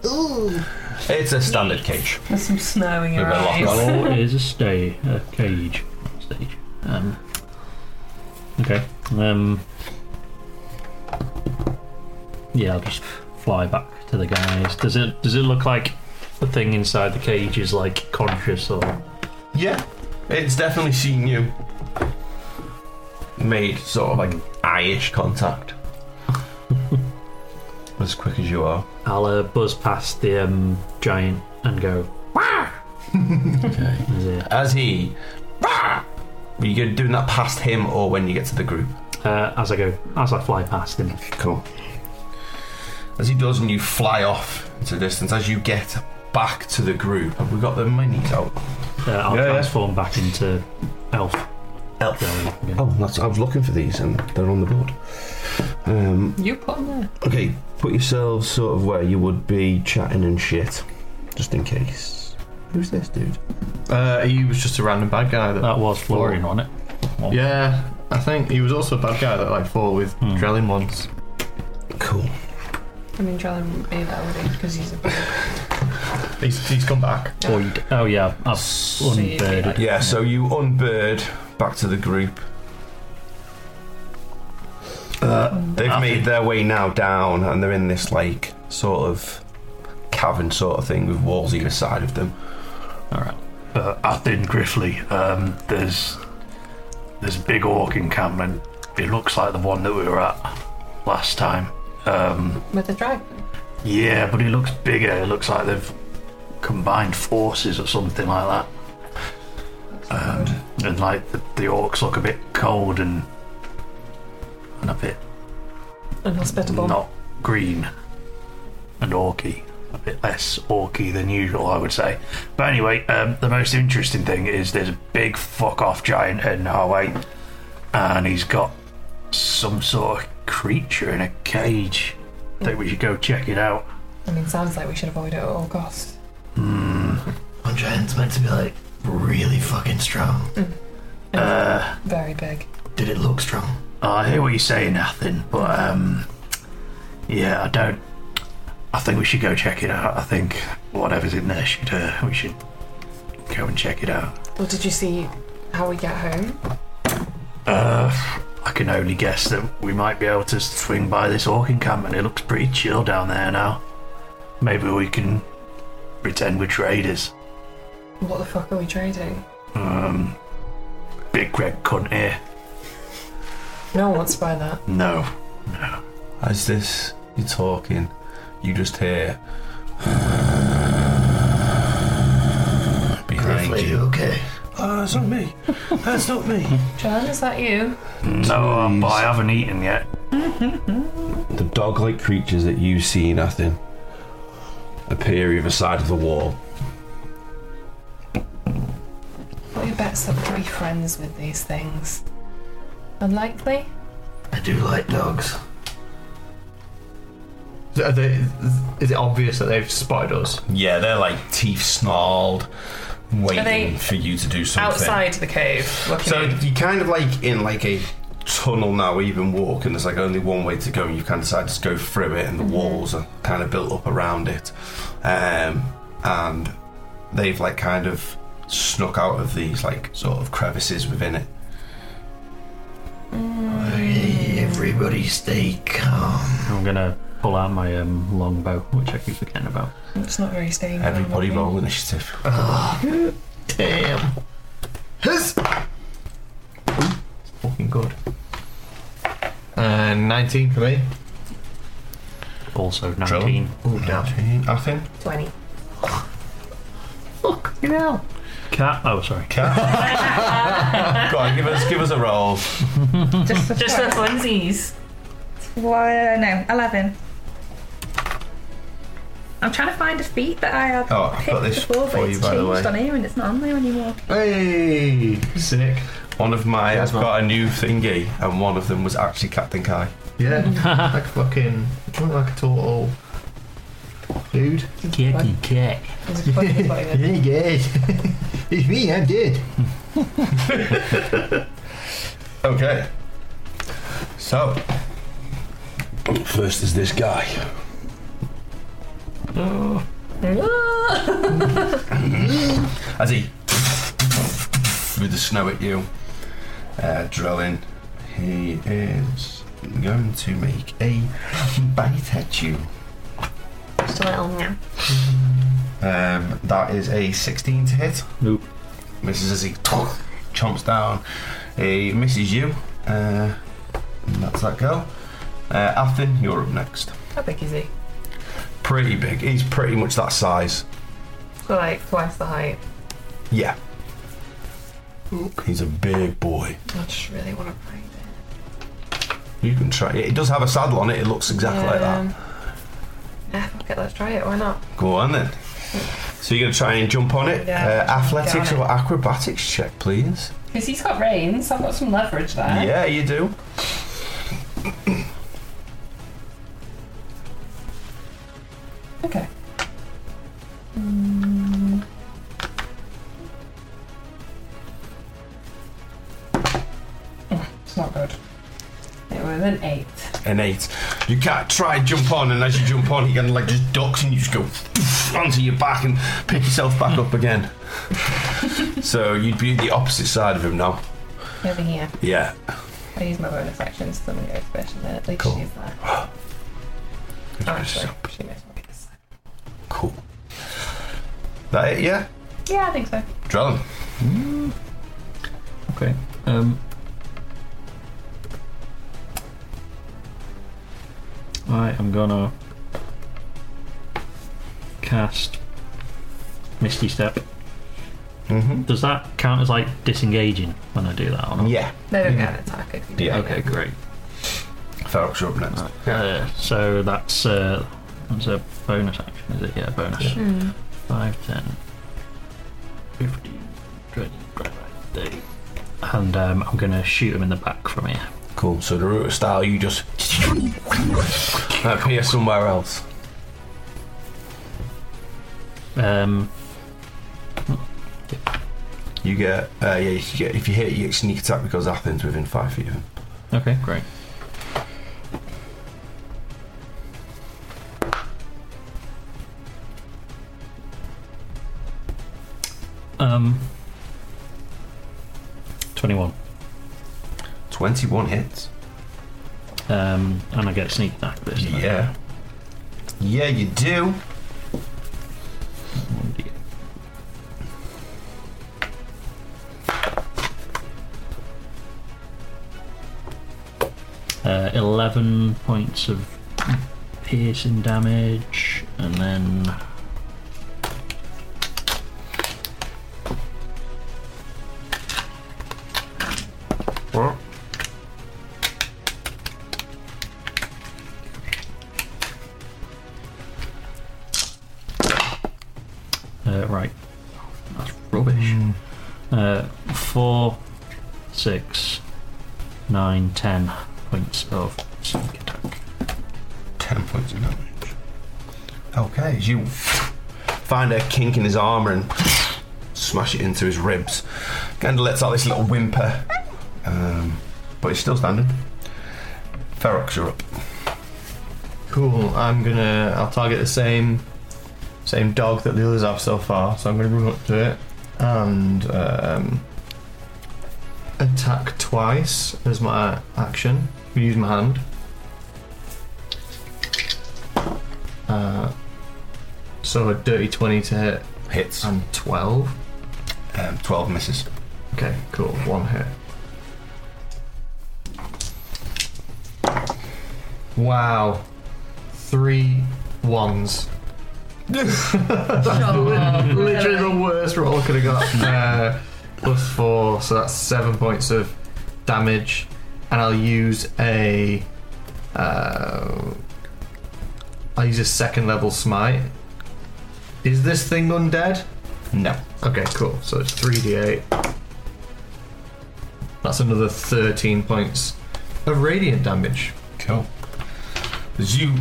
S3: It's a standard cage.
S1: There's some snow in your
S3: With a lock
S1: eyes.
S3: on.
S4: Or is a stay a cage stage? Um. Okay. Um. Yeah, I'll just fly back to the guys. Does it does it look like the thing inside the cage is like conscious or?
S3: Yeah. It's definitely seen you. Made sort of like eye-ish contact. [LAUGHS] as quick as you are.
S4: I'll uh, buzz past the um, giant and go.
S3: Okay.
S4: [LAUGHS] Is it?
S3: As he. Rah! Are you doing that past him or when you get to the group?
S4: Uh, as I go, as I fly past him.
S3: Cool. As he does, and you fly off into the distance. As you get back to the group, have we got the minis out?
S4: Uh, I'll
S3: Yeah, yeah.
S4: transform back into elf.
S3: Elf.
S4: Yeah, yeah.
S3: Oh, that's, I was looking for these, and they're on the board. Um,
S1: You put them there.
S3: okay, put yourselves sort of where you would be chatting and shit, just in case. Who's this dude?
S2: Uh, he was just a random bad guy that.
S4: That was fluorine on it.
S2: Yeah, I think he was also a bad guy that like fought with
S4: Hmm.
S2: Drellin once.
S3: Cool.
S6: I mean, John made that would because he's a
S2: He's, he's come back.
S4: Or you d- oh yeah, I've
S6: you'd be
S4: unbirded.
S6: like-
S3: Yeah, so you unbird back to the group. Uh, they've made their way now down, and they're in this like sort of cavern sort of thing with walls either side of them.
S5: Uh, Athin Griffley, um, there's there's a big orc encampment. It looks like the one that we were at last time. Um,
S6: with a dragon.
S5: yeah, but it looks bigger. It looks like they've combined forces or something like that. Um, and like the, the orcs look a bit cold and and a bit
S6: Inhospitable.
S5: not green and orky. A bit less orky than usual, I would say. But anyway, um, the most interesting thing is there's a big fuck off giant heading our way, and he's got some sort of creature in a cage. I think we should go check it out.
S6: I mean, sounds like we should avoid it at all costs.
S10: Giant's meant to be like really fucking strong. Uh,
S6: Very big.
S10: Did it look strong?
S5: Oh, I hear what you're saying, Athen, but um, yeah, I don't. I think we should go check it out. I think whatever's in there should uh, we should go and check it out.
S6: Well, did you see how we get home?
S5: Uh, I can only guess that we might be able to swing by this orc camp, and it looks pretty chill down there now. Maybe we can pretend we're traders.
S6: What the fuck are we trading?
S5: Um, big red cunt here.
S6: No one wants to buy that.
S5: No,
S3: As this, you're talking, you just hear [SIGHS] behind
S10: Are you
S3: you.
S10: okay?
S3: Oh, that's not me. That's not me.
S6: John, is that you?
S5: no, um, but I haven't eaten yet.
S3: The dog-like creatures that you see nothing appear either side of the wall.
S6: What are your bets that we could be friends with these things? Unlikely?
S10: I do like dogs.
S2: Are they, is it obvious that they've spotted us?
S3: Yeah, they're like teeth snarled, waiting
S6: they
S3: for you to do something.
S6: Outside the cave, looking
S3: So
S6: in.
S3: you're kind of like in like a tunnel now where you can walk and there's like only one way to go and you kind of decide to go through it and the walls are kind of built up around it. Um, and they've like kind of snuck out of these like sort of crevices within it.
S10: Hey, everybody stay calm.
S4: I'm gonna pull out my um, longbow, which I keep forgetting about.
S6: It's not very stable.
S3: Everybody roll initiative.
S2: Oh,
S10: Damn. Hiss!
S2: Fucking good. Uh, 19 for me.
S4: Also 19.
S3: Ooh, damn. Athen?
S6: 20.
S4: Cat. Oh, sorry.
S3: Go on, give us give us a roll.
S1: Just for
S6: Just
S1: fun.
S6: for funsies.
S1: Well, uh, no, 11. I'm trying to find a feat that I had
S3: Oh, I've
S1: picked
S3: got this
S1: before,
S3: for
S1: but
S3: you,
S1: it's
S3: by the
S1: changed
S3: way.
S1: on here and it's not on there [LAUGHS] anymore.
S2: Hey! Sick.
S3: One of my
S2: Yeah,
S3: has
S2: well.
S3: got a new thingy and one of them was actually Captain Kai.
S2: Yeah. like a fucking. Like a total. Dude.
S4: Kitty cat.
S6: There's a funny bit of it.
S2: Hey, guys. [LAUGHS] it's me, I'm dead.
S3: Okay. So, first is this guy.
S4: Oh.
S3: As he with the snow at you, uh, drilling, he is going to make a [LAUGHS] bite at you.
S6: Just a little meow.
S3: Um, that is a 16 to hit.
S4: Nope.
S3: Misses as he chomps down. He misses you. Uh, and that's that go. Uh, Athen, you're up next.
S6: How big is he?
S3: Pretty big. He's pretty much that size.
S6: So like twice the height.
S3: Yeah. He's a big boy.
S6: I just really want to ride it.
S3: You can try it. It does have a saddle on it. It looks exactly like that.
S6: Yeah, fuck it, let's try it. Why not?
S3: Go on then. So you're going to try and jump on it.
S6: Yeah.
S3: Uh, athletics
S6: Get
S3: or acrobatics check, please.
S1: Because he's got reins, I've got some leverage there.
S3: Yeah, you do.
S1: Okay. Mm. Oh, It's not good. It was an eight.
S3: an eight. You can't try jump on, and as you jump on, you kind of like just ducks, and you just go onto your back and pick yourself back up [LAUGHS] again. so you'd be the opposite side of him now.
S1: Over here.
S3: Yeah.
S1: I use my bonus action, so I'm going to go special there. At least
S3: Cool.
S1: she's there.
S3: Good
S1: Actually,
S3: job.
S1: she might as well be this side.
S3: Cool. That it? Yeah.
S1: Yeah, I think so.
S3: Drellin.
S4: Okay. Um, I am gonna cast Misty Step.
S3: Mm-hmm.
S4: Does that count as like disengaging when I do that or not?
S3: Yeah.
S6: They don't get an attack if you do
S3: Yeah.
S6: it.
S4: Okay, great.
S3: Ferox, you're up next.
S4: Uh, so that's uh, that's a bonus action, is it? Yeah, bonus. 5, 10, 15, 20, 30. And um, I'm going to shoot him in the back from here.
S3: Cool. So the root style, you just [LAUGHS] Up here somewhere else.
S4: Um,
S3: You get, uh, yeah, you get, if you hit, you get sneak attack because Athen's within five feet of him.
S4: okay, great. Um, 21.
S3: 21 hits.
S4: Um, and I get sneak attack. But isn't it?
S3: Yeah. Yeah, you do.
S4: Uh, 11 points of piercing damage, and then. Uh, right. That's rubbish.
S3: Mm,
S4: Uh, four, six, nine, ten points of sneak attack.
S3: 10 points of damage. Okay, as you find a kink in his armour and smash it into his ribs, Gandalf lets out this little whimper. Um, but he's still standing. Ferox, you're up.
S2: Cool. I'm gonna. I'll target the same, same dog that the others have so far. So I'm gonna run up to it and um, attack twice as my action. We use my hand. Uh, so a dirty twenty to hit
S3: Hits.
S2: and twelve.
S3: Um, 12 misses.
S2: Okay, cool. One hit. Wow. Three ones.
S3: [LAUGHS]
S2: Literally
S1: Oh,
S2: the worst roll I could have got. Uh, plus four, so that's seven points of damage. And I'll use a. Uh, I'll use a second level smite. Is this thing undead?
S3: No.
S2: Okay, cool. So it's 3d8. That's another 13 points of radiant damage.
S3: Cool. As you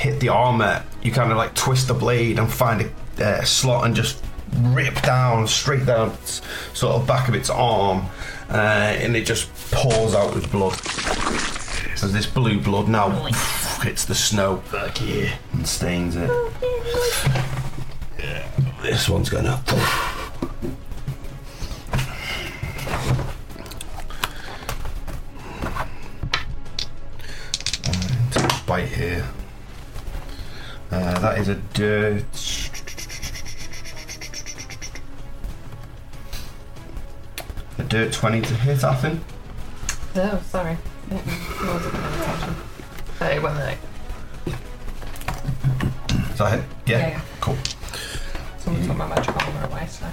S3: hit the armor, you kind of like twist the blade and find a uh, slot and just rip down, straight down, its sort of back of its arm, uh, and it just pours out with blood. As this blue blood now hits the snow and stains it. This one's gonna. bite here. Uh, that is a dirt. A dirt 20 to hit, Athen.
S6: Oh, sorry. I wasn't paying attention. Hey, one minute.
S3: Is that it? Yeah.
S6: Yeah, yeah.
S3: Cool.
S6: Someone
S3: Mm.
S6: took my magic armor away, so.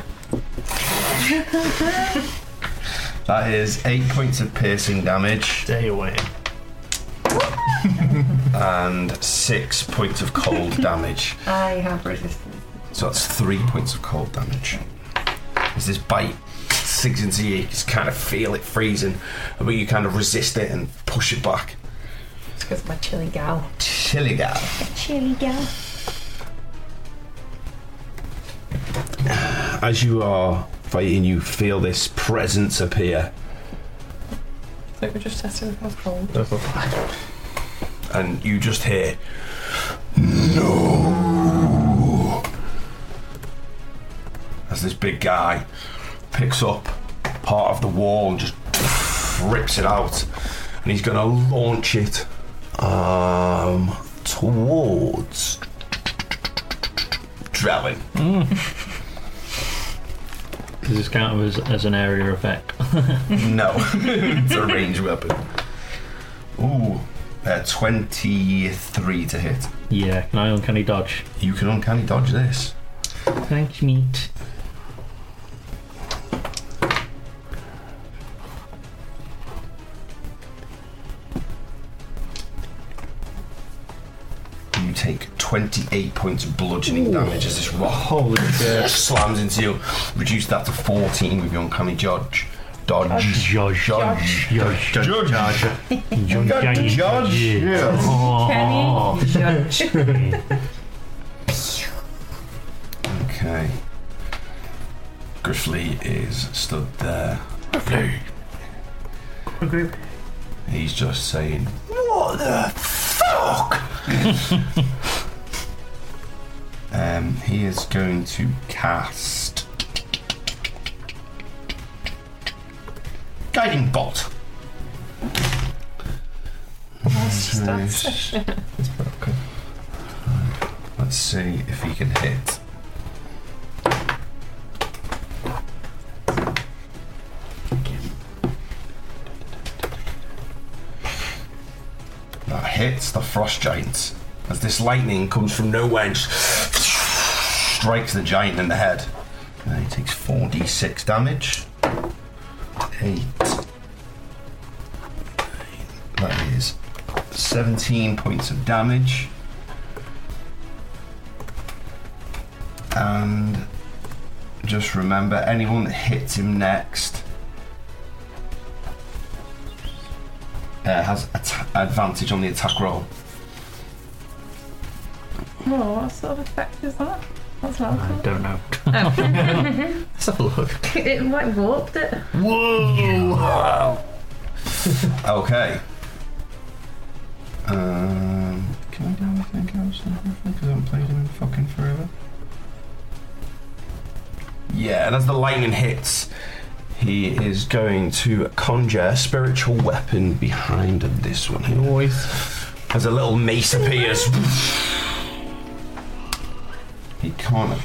S3: That is 8 points of piercing damage
S2: Stay away.
S3: and 6 points of
S6: [LAUGHS]
S3: cold damage.
S6: I have resistance.
S3: So that's 3 points of cold damage. As this bite sinks into you, you just kind of feel it freezing, but you kind of resist it and push it back.
S6: It's because my chilly gal.
S3: Chilly gal.
S8: Chilly gal.
S3: As you are fighting, you feel this presence appear,
S6: So we're just testing if I was cold.
S3: and you just hear, "No!" As this big guy picks up part of the wall and just rips it out, and he's going to launch it um, towards Drellin.
S4: Does this count as, as an area effect?
S3: No, [LAUGHS] it's a range weapon. Ooh, uh, 23 to hit.
S4: yeah, can I uncanny dodge?
S3: You can uncanny dodge this.
S4: Thanks, meat.
S3: You take 28 points of bludgeoning damage as this rock
S2: Holy shit.
S3: slams into you. Reduce that to 14 with your uncanny dodge. Dodge.
S4: Josh.
S3: Dodge.
S4: Josh.
S3: Dodge.
S4: Josh.
S3: Dodge. Yeah.
S1: Can you judge?
S3: Okay. Griffley is stood there. Griffley. He's just saying, "What the fuck?" um, he is going to cast guiding bolt. Nice. It's broken. Right, Let's see if he can hit. That hits the frost giant as this lightning comes from nowhere and strikes the giant in the head. And he takes 4d6 damage. 8. That is 17 points of damage. And just remember anyone that hits him next uh, has at- advantage on the attack roll.
S1: Oh, what sort of effect is that? That's
S4: I
S1: welcome.
S4: don't know. [LAUGHS]
S2: Let's have a look.
S1: [LAUGHS] It like warped it.
S3: Okay. Um, can I do anything else? Because I haven't played him in fucking forever. Yeah, and as the lightning hits, he is going to conjure a spiritual weapon behind this one here. As a little mace appears. he can't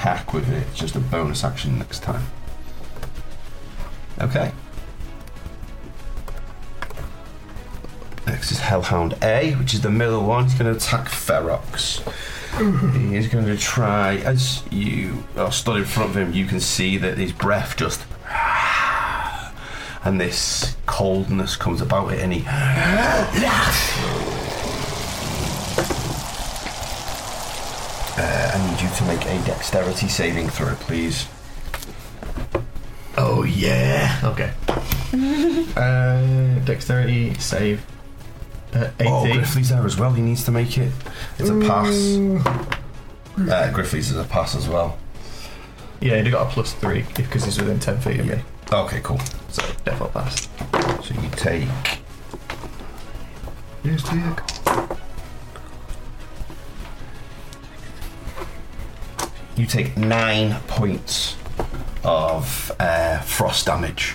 S3: hack with it, it's just a bonus action next time. Okay. Next is Hellhound A, which is the middle one. He's going to attack Ferox. he is going to try, as you are stood in front of him, you can see that his breath just. And this coldness comes about it, and he. Uh, I need you to make a dexterity saving throw, please.
S10: Oh, yeah.
S2: Okay. uh, dexterity save. Uh, 80.
S3: Oh, Griffley's there as well. He needs to make it. It's a pass.
S2: Mm.
S3: Uh, Griffley's is a pass as well.
S2: yeah, he got a plus three because he's within ten feet of me.
S3: Okay, cool.
S2: So definitely passed.
S3: So you take.
S2: Yes, Dick.
S3: You take nine points of uh, frost damage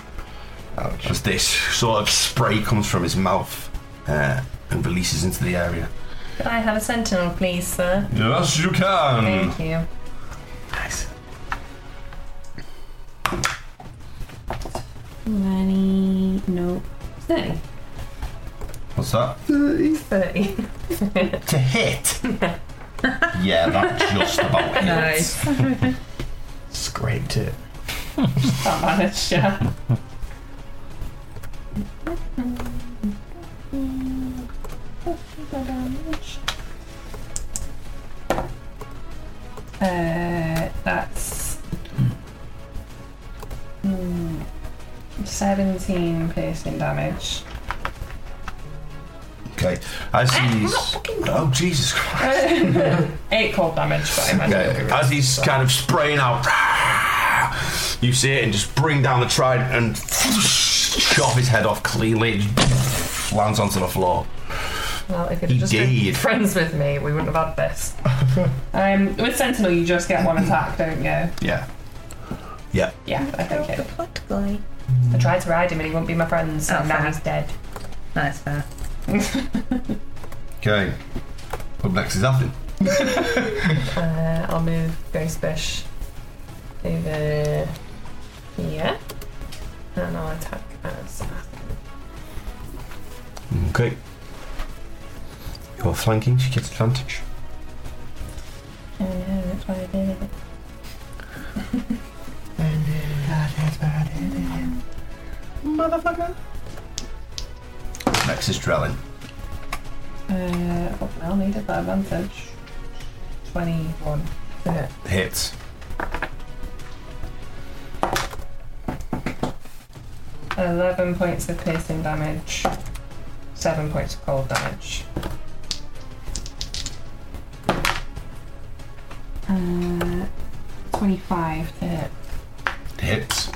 S3: as this sort of spray comes from his mouth uh, and releases into the area.
S6: Can I have a sentinel, please, sir?
S3: Yes, you can.
S6: Thank you.
S2: Nice.
S6: 20. No. 30.
S3: What's that?
S6: 30.
S3: To hit. yeah, that just about hits.
S1: Nice.
S2: Scraped it.
S1: That vanished, yeah. Uh, that's mm, 17 piercing damage.
S3: Okay, as he's oh Jesus Christ!
S1: 8 cold damage, but I imagine.
S3: Okay, as he's kind of spraying out, you see it and just bring down the trident and chop his head off cleanly. It Lands onto the floor.
S6: Well, if it
S3: He
S6: had just been
S3: did.
S6: friends with me, we wouldn't have had [LAUGHS] this.
S1: Um, with Sentinel, you just get one attack, don't you?
S3: Yeah, yeah.
S1: Yeah, I think it.
S8: What guy?
S6: I tried to ride him and he wouldn't be my friend, so
S8: Oh,
S6: now
S8: fair.
S6: he's dead.
S8: That's fair.
S3: Okay. Up next is Athen.
S6: Uh, I'll move Ghostbush over here. And I'll attack as.
S3: Okay. You're flanking. She gets advantage.
S6: I know, that's why I did it.
S3: Motherfucker. Next is Drellin.
S1: Uh, oh, I'll need that advantage. 21.
S3: Hits.
S6: 11 points of piercing damage, 7 points of cold damage.
S1: Uh, 25 to hit.
S3: Hits.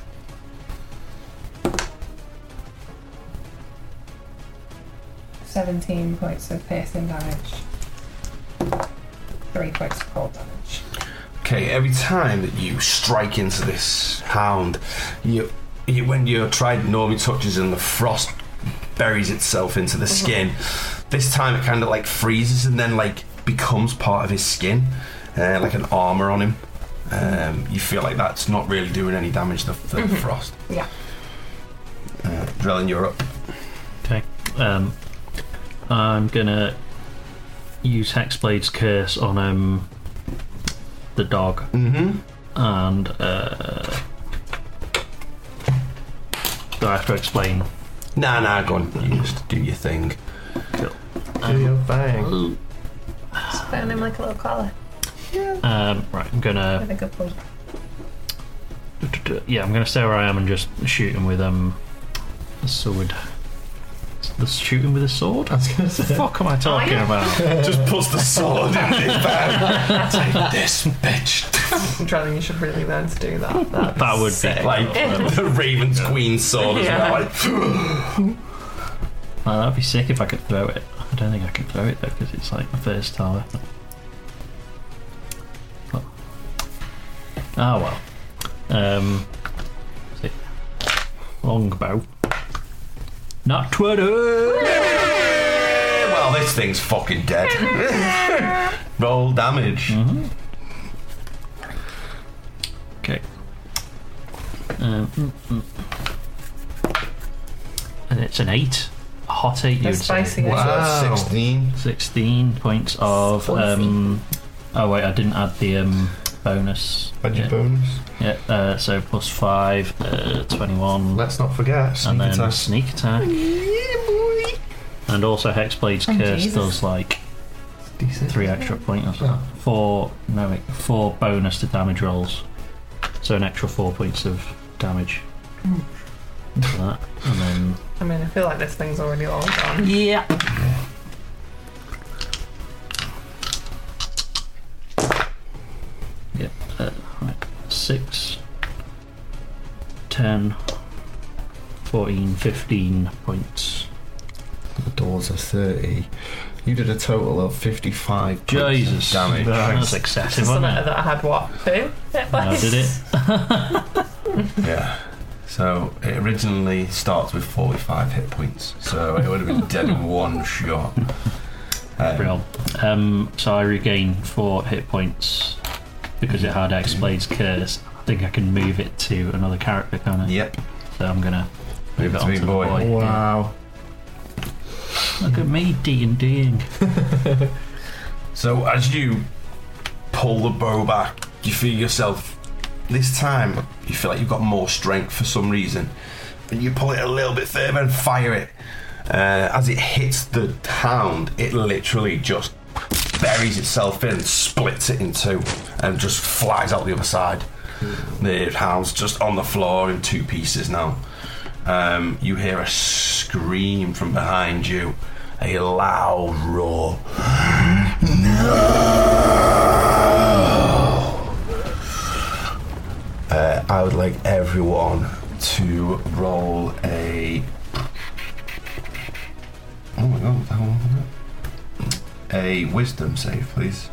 S6: Seventeen points of piercing damage. Three points of cold damage.
S3: Okay, every time that you strike into this hound, you, you when your trident normally touches and the frost buries itself into the skin, this time it kind of like freezes and then like becomes part of his skin, uh, like an armor on him. Um, you feel like that's not really doing any damage to the, the frost.
S6: Yeah.
S3: Uh, Drellin, you're up.
S4: Okay. Um, I'm gonna use Hexblade's curse on um the dog
S3: Mm-hmm.
S4: and uh, do I have to explain?
S3: Nah, nah, go on. You just do your thing.
S2: Do your thing.
S4: Um,
S8: Just put on him like a little collar
S4: right, I'm gonna
S8: with a good pull.
S4: yeah, I'm gonna stay where I am and just shoot him with um a sword. The shooting with a sword? What the fuck am I talking
S3: [LAUGHS]
S4: about?
S3: just puts the sword in [LAUGHS] his bag. Take this, bitch.
S6: Drowning, you should really learn to do that.
S4: That would be [LAUGHS]
S3: Like the Raven's Queen sword is
S6: Yeah.
S3: like
S4: Uh, that'd be sick if I could throw it. I don't think I can throw it though because it's like my first time. Oh, Ah, well. Um, see. Longbow. Not Twitter.
S3: "Eh, Well, this thing's fucking dead. Roll damage.
S4: Mm-hmm. Okay. Um, mm, mm. And it's an eight, a hot eight. You'd
S6: That's
S4: say.
S6: spicy.
S3: So
S6: Wow.
S3: that's 16.
S4: Sixteen points of. Um, oh wait, I didn't add the um, bonus. Yeah.
S2: bonus?
S4: Yeah, uh, so plus 5, uh, 21,
S2: Let's not forget. Sneak
S4: and then
S2: attack.
S4: sneak attack. And also Hexblade's
S1: And
S4: Curse
S1: Jesus.
S4: does like
S2: D6.
S4: 3 extra points or something.
S2: Oh.
S4: 4, no, wait, 4 bonus to damage rolls. So an extra 4 points of damage. For that. And then.
S6: I mean, I feel like this thing's already all gone.
S4: Yeah! Yeah, uh, right. 6, 10, 14, 15 points.
S10: The doors are 30. You did a total of 55 points of
S4: Jesus.
S10: damage.
S4: That's excessive,
S6: So
S4: wasn't
S6: that,
S4: it?
S6: that I had what two? hit
S4: No,
S6: points?
S4: did it?
S3: Yeah. So it originally starts with 45 hit points. So it would have been dead in one [LAUGHS] shot. Um,
S4: Real. Um, so I regain four hit points because it had X-Blade's curse. I think I can move it to another character, can I?
S3: yep.
S4: So I'm gonna move
S3: Move it
S4: it
S3: to
S4: onto
S3: Big
S4: the
S3: Boy.
S4: boy.
S10: Wow.
S4: Look at me D and Ding.
S3: So as you pull the bow back, you feel yourself this time you feel like you've got more strength for some reason. And you pull it a little bit further and fire it. Uh, as it hits the hound, it literally just buries itself in, splits it in two, and just flies out the other side. The hound's just on the floor in two pieces now. Um, you hear a scream from behind you, a loud roar. Uh, I would like everyone to roll a. Oh my god, what the hell was that? A wisdom save, please.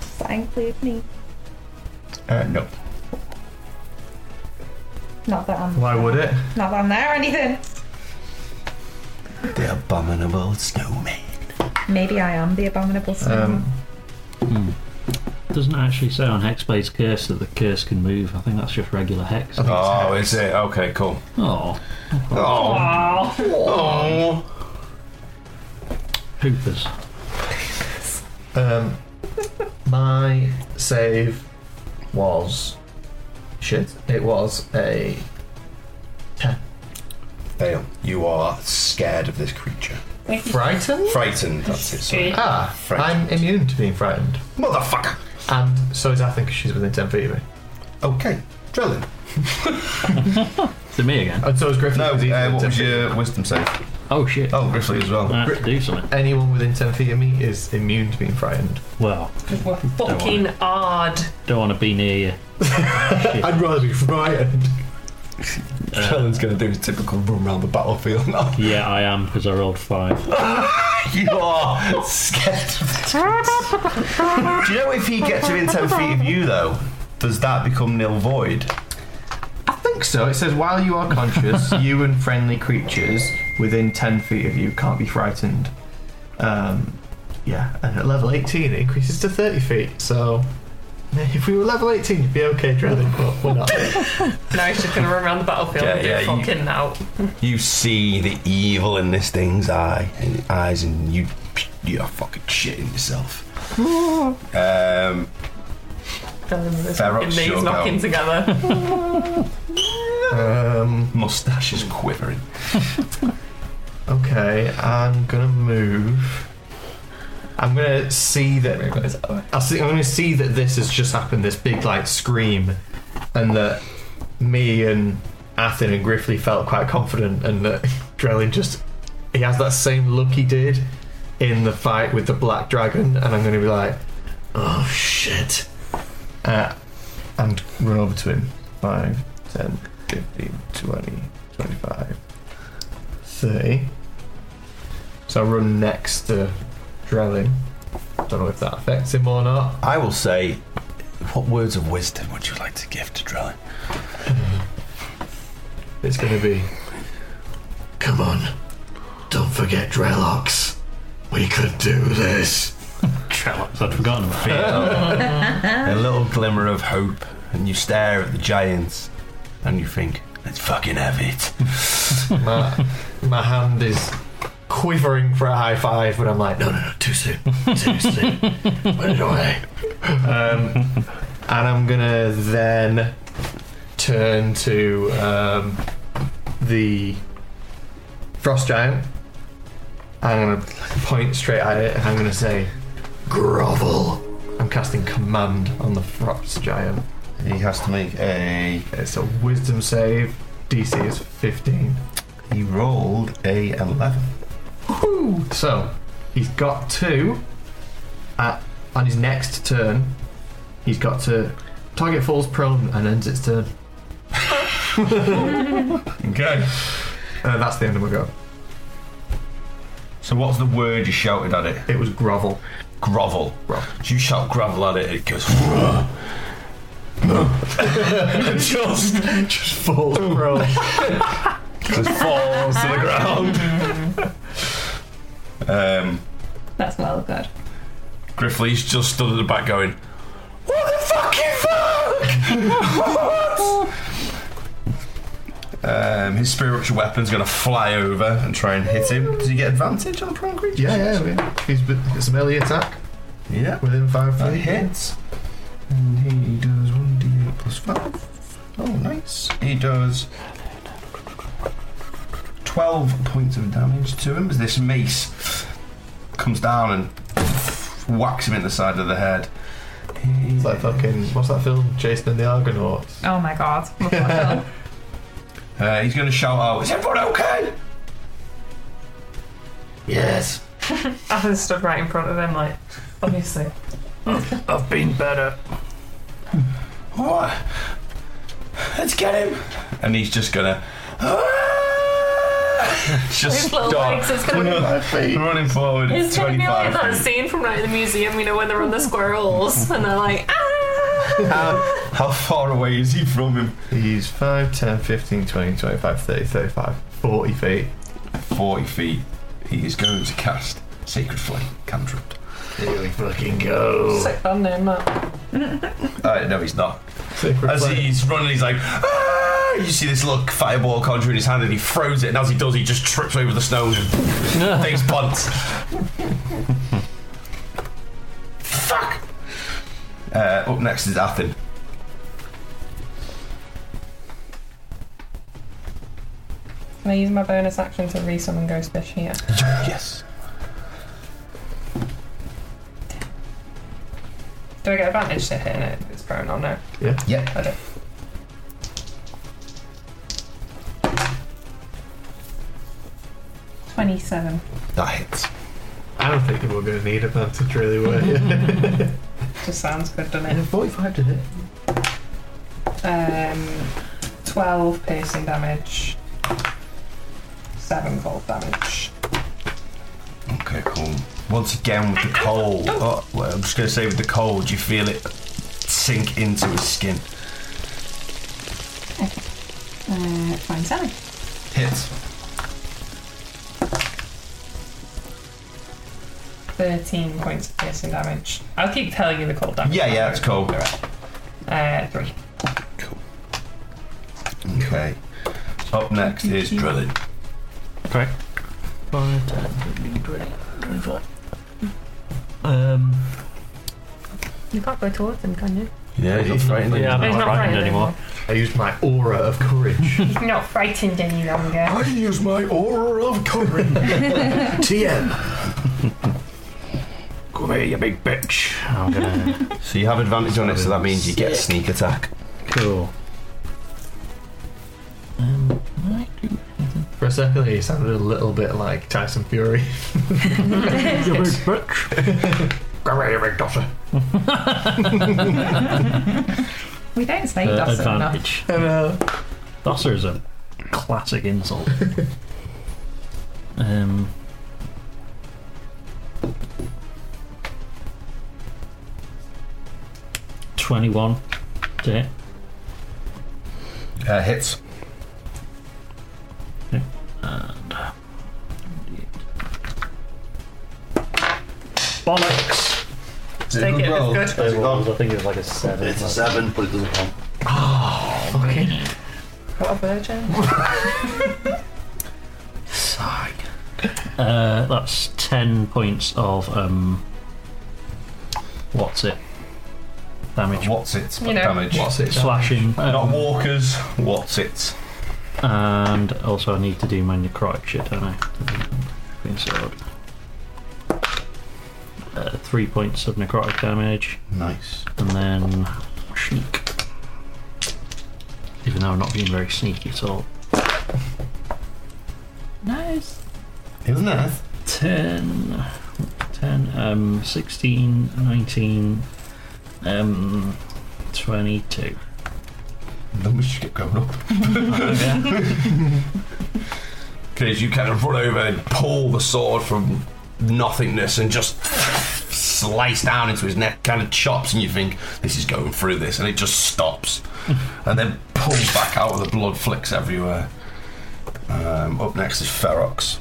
S8: Does that include me?
S3: Uh, no.
S8: Not that I'm
S2: Why would it?
S8: not that I'm there or anything.
S3: The abominable snowman.
S8: Maybe I am the abominable snowman.
S2: Um,
S4: Doesn't actually say on Hexblade's curse that the curse can move. I think that's just regular hex.
S3: Oh, is it? Okay, cool.
S4: Oh,
S3: Oh.
S2: Um,
S3: Oh.
S4: hoopers.
S2: um, my save was shit. It was a
S3: Dale, you are scared of this creature.
S2: frightened.
S3: Frightened, that's it. Sorry.
S2: Ah,
S3: Frightened.
S2: I'm immune to being frightened,
S3: Motherfucker!
S2: and so is Athen because she's within ten feet of me.
S3: Okay, Drellin.
S4: To me again.
S2: And so is Griffin.
S3: No,
S2: He's easily
S3: uh, what was
S2: tempted.
S3: your wisdom save?
S4: Oh shit.
S3: Oh, Griffley as well.
S4: I have to do something.
S2: Anyone within 10 feet of me is immune to being frightened.
S4: Well,
S6: We're fucking odd.
S4: don't want to be near you.
S2: [LAUGHS] I'd rather be
S4: [LAUGHS]
S2: frightened.
S3: Drellin's going to do his typical run around the battlefield now.
S4: Uh, Yeah, I am because I rolled five.
S3: you are scared. Do you know if he gets within 10 feet of you, though, does that become nil void?
S2: I think so. It says while you are conscious, you and friendly creatures within 10 feet of you can't be frightened. Um, yeah, and at level 18, it increases to 30 feet. So [LAUGHS] if we were level 18, you'd be okay, Drellin, but we're not.
S6: Now he's just gonna run around the battlefield
S3: Yeah,
S6: and
S3: yeah,
S6: be
S3: you-
S6: fucking out.
S3: [LAUGHS] You see the evil in this thing's eye, and eyes, and you, you are fucking shitting yourself. um, Ferox
S6: This fucking knees
S3: shook
S6: knocking
S3: out.
S6: together.
S2: Um,
S3: mustache is quivering.
S2: [LAUGHS] okay, I'm gonna move. I'm gonna see that. I see, I'm gonna see that this has just happened. This big like scream, and that me and Athen and Griffley felt quite confident, and that Drellin just he has that same look he did in the fight with the black dragon, and I'm gonna be like, oh shit, uh, and run over to him. 5, 10, 15, 20, 25, 30. So I run next to Drellin. Don't know if that affects him or not.
S3: I will say, what words of wisdom would you like to give to Drellin?
S2: It's going to be.
S9: Come on. Don't forget Drelox. We could do this.
S4: Trellops, I'd forgotten about it.
S3: A little glimmer of hope, and you stare at the giants, and you think, let's fucking have it.
S2: My, my hand is quivering for a high five, but I'm like, no,
S9: No, no, no. Too soon. Too soon. Put it away.
S2: Um, and I'm gonna then turn to um, the frost giant. I'm gonna point straight at it, and I'm gonna say,
S9: Grovel.
S2: "I'm casting command on the frost giant."
S3: He has to make a.
S2: It's a wisdom save. DC is 15.
S3: He rolled a 11.
S2: So he's got two. At, on his next turn, he's got to target falls prone and ends its turn.
S3: [LAUGHS] Okay.
S2: Uh, that's the end of my go.
S3: So what's the word you shouted at it?
S2: It was grovel.
S3: Grovel.
S2: Grovel.
S3: You shout grovel at it, it goes. [LAUGHS] just, just falls.
S2: Prone.
S3: Just falls to the ground. [LAUGHS] um,
S1: That's well good.
S3: Griffley's just stood at the back going, What the fucking fuck? [LAUGHS] What? um, his spiritual weapon's gonna fly over and try and hit him. Does he get advantage on prone creatures?
S2: Yeah, yeah, yeah. He's it's a melee attack
S3: Yeah.
S2: within five
S3: That
S2: feet.
S3: hits. And he does 1d8 plus 5. Oh, nice. He does 12 points of damage to him as this mace comes down and whacks him in the side of the head.
S2: It's like fucking what's that film? Jason and the Argonauts.
S1: Oh my god. Look what I've done.
S3: Uh, he's going to shout out, Is everyone okay?
S9: Yes.
S6: Athen stood right in front of him, like, obviously.
S12: I've been better.
S3: What? Let's get him. And he's just going to. [LAUGHS] just
S6: His little
S3: stop.
S6: legs, it's gonna be-
S3: running forward.
S6: It's gonna be like
S3: 25
S6: that
S3: feet.
S6: scene from Night at the Museum, you know, when they're on the squirrels and they're like, ah!
S3: How, [LAUGHS] how far away is he from him?
S2: He's 5, 10, 15, 20, 25, 30, 35, 40 feet.
S3: 40 feet. He is going to cast Sacred Flame cantrip.
S9: Here we fucking go.
S6: Sick band name, that.
S3: Uh, no, he's not.
S2: Sacred
S3: As
S2: flame.
S3: he's running, he's like, ah! You see this little fireball conjure in his hand and he throws it, and as he does, he just trips over the snow and takes punts. Fuck! Uh, up next is Athen.
S6: Can I use my bonus action to resummon Ghost Fish here?
S3: yes.
S6: Do I get advantage to hitting it if it's prone or no?
S2: Yeah.
S3: Yep.
S6: I don't.
S9: 27.
S3: That hits.
S2: I don't think we're going to need advantage, really, were you?
S9: Just sounds good, doesn't it?
S2: 45 to hit.
S9: Um, 12 piercing damage, 7 cold damage.
S3: Okay, cool. Once again with the cold. Oh, well, I'm just going to say with the cold, you feel it sink into his skin.
S9: Uh, fine, 7.
S3: Hits.
S9: 13 points of piercing damage. I'll keep telling you the cold damage.
S3: Yeah, yeah, that's cool.
S9: Uh, 3.
S3: Okay. Up next is drilling.
S4: Correct. Um,
S6: You can't go towards him, can you?
S3: Yeah, he's not frightened.
S4: yeah, I'm
S9: He's
S4: not frightened
S9: not frightened
S4: anymore.
S2: I used my aura of courage.
S6: He's not frightened any longer.
S3: I use my aura of courage.
S13: TM! Come here, you big bitch.
S4: I'm gonna.
S3: So you have advantage on it, so that means you get sneak attack.
S4: cool. Um, right.
S2: For a second, he sounded a little bit like Tyson Fury.
S4: You big bitch.
S2: Come here, you big daughter.
S9: We don't say
S4: Uh,
S9: Dawson enough.
S4: advantage. Dosser is a classic insult. um. Twenty-one to hit.
S3: Uh, hits.
S4: Bollocks!
S3: Take it, roll.
S9: it's
S3: Has it gone?
S4: I think it was like a seven.
S13: It's a seven, but it doesn't count.
S9: What a virgin.
S4: Uh, that's ten points of um. What's it? Damage.
S3: What's it?
S9: You know.
S3: damage.
S2: What's it?
S4: Slashing.
S3: Not
S4: um,
S3: walkers. What's it?
S4: And also, I need to do my necrotic shit, don't I? Green sword. Uh, three points of necrotic damage,
S3: Nice.
S4: and then sneak. Even though I'm not being very sneaky at all. Nice.
S3: Isn't it?
S4: 10, 10, um, 16, 19, um,
S3: [LAUGHS]
S4: 22.
S3: Then we should get going up.
S4: yeah.
S3: Because you kind of run over and pull the sword from nothingness and just slice down into his neck, kind of chops, and you think, this is going through this, and it just stops. and then pulls back out, and the blood flicks everywhere. Um, up next is Ferox.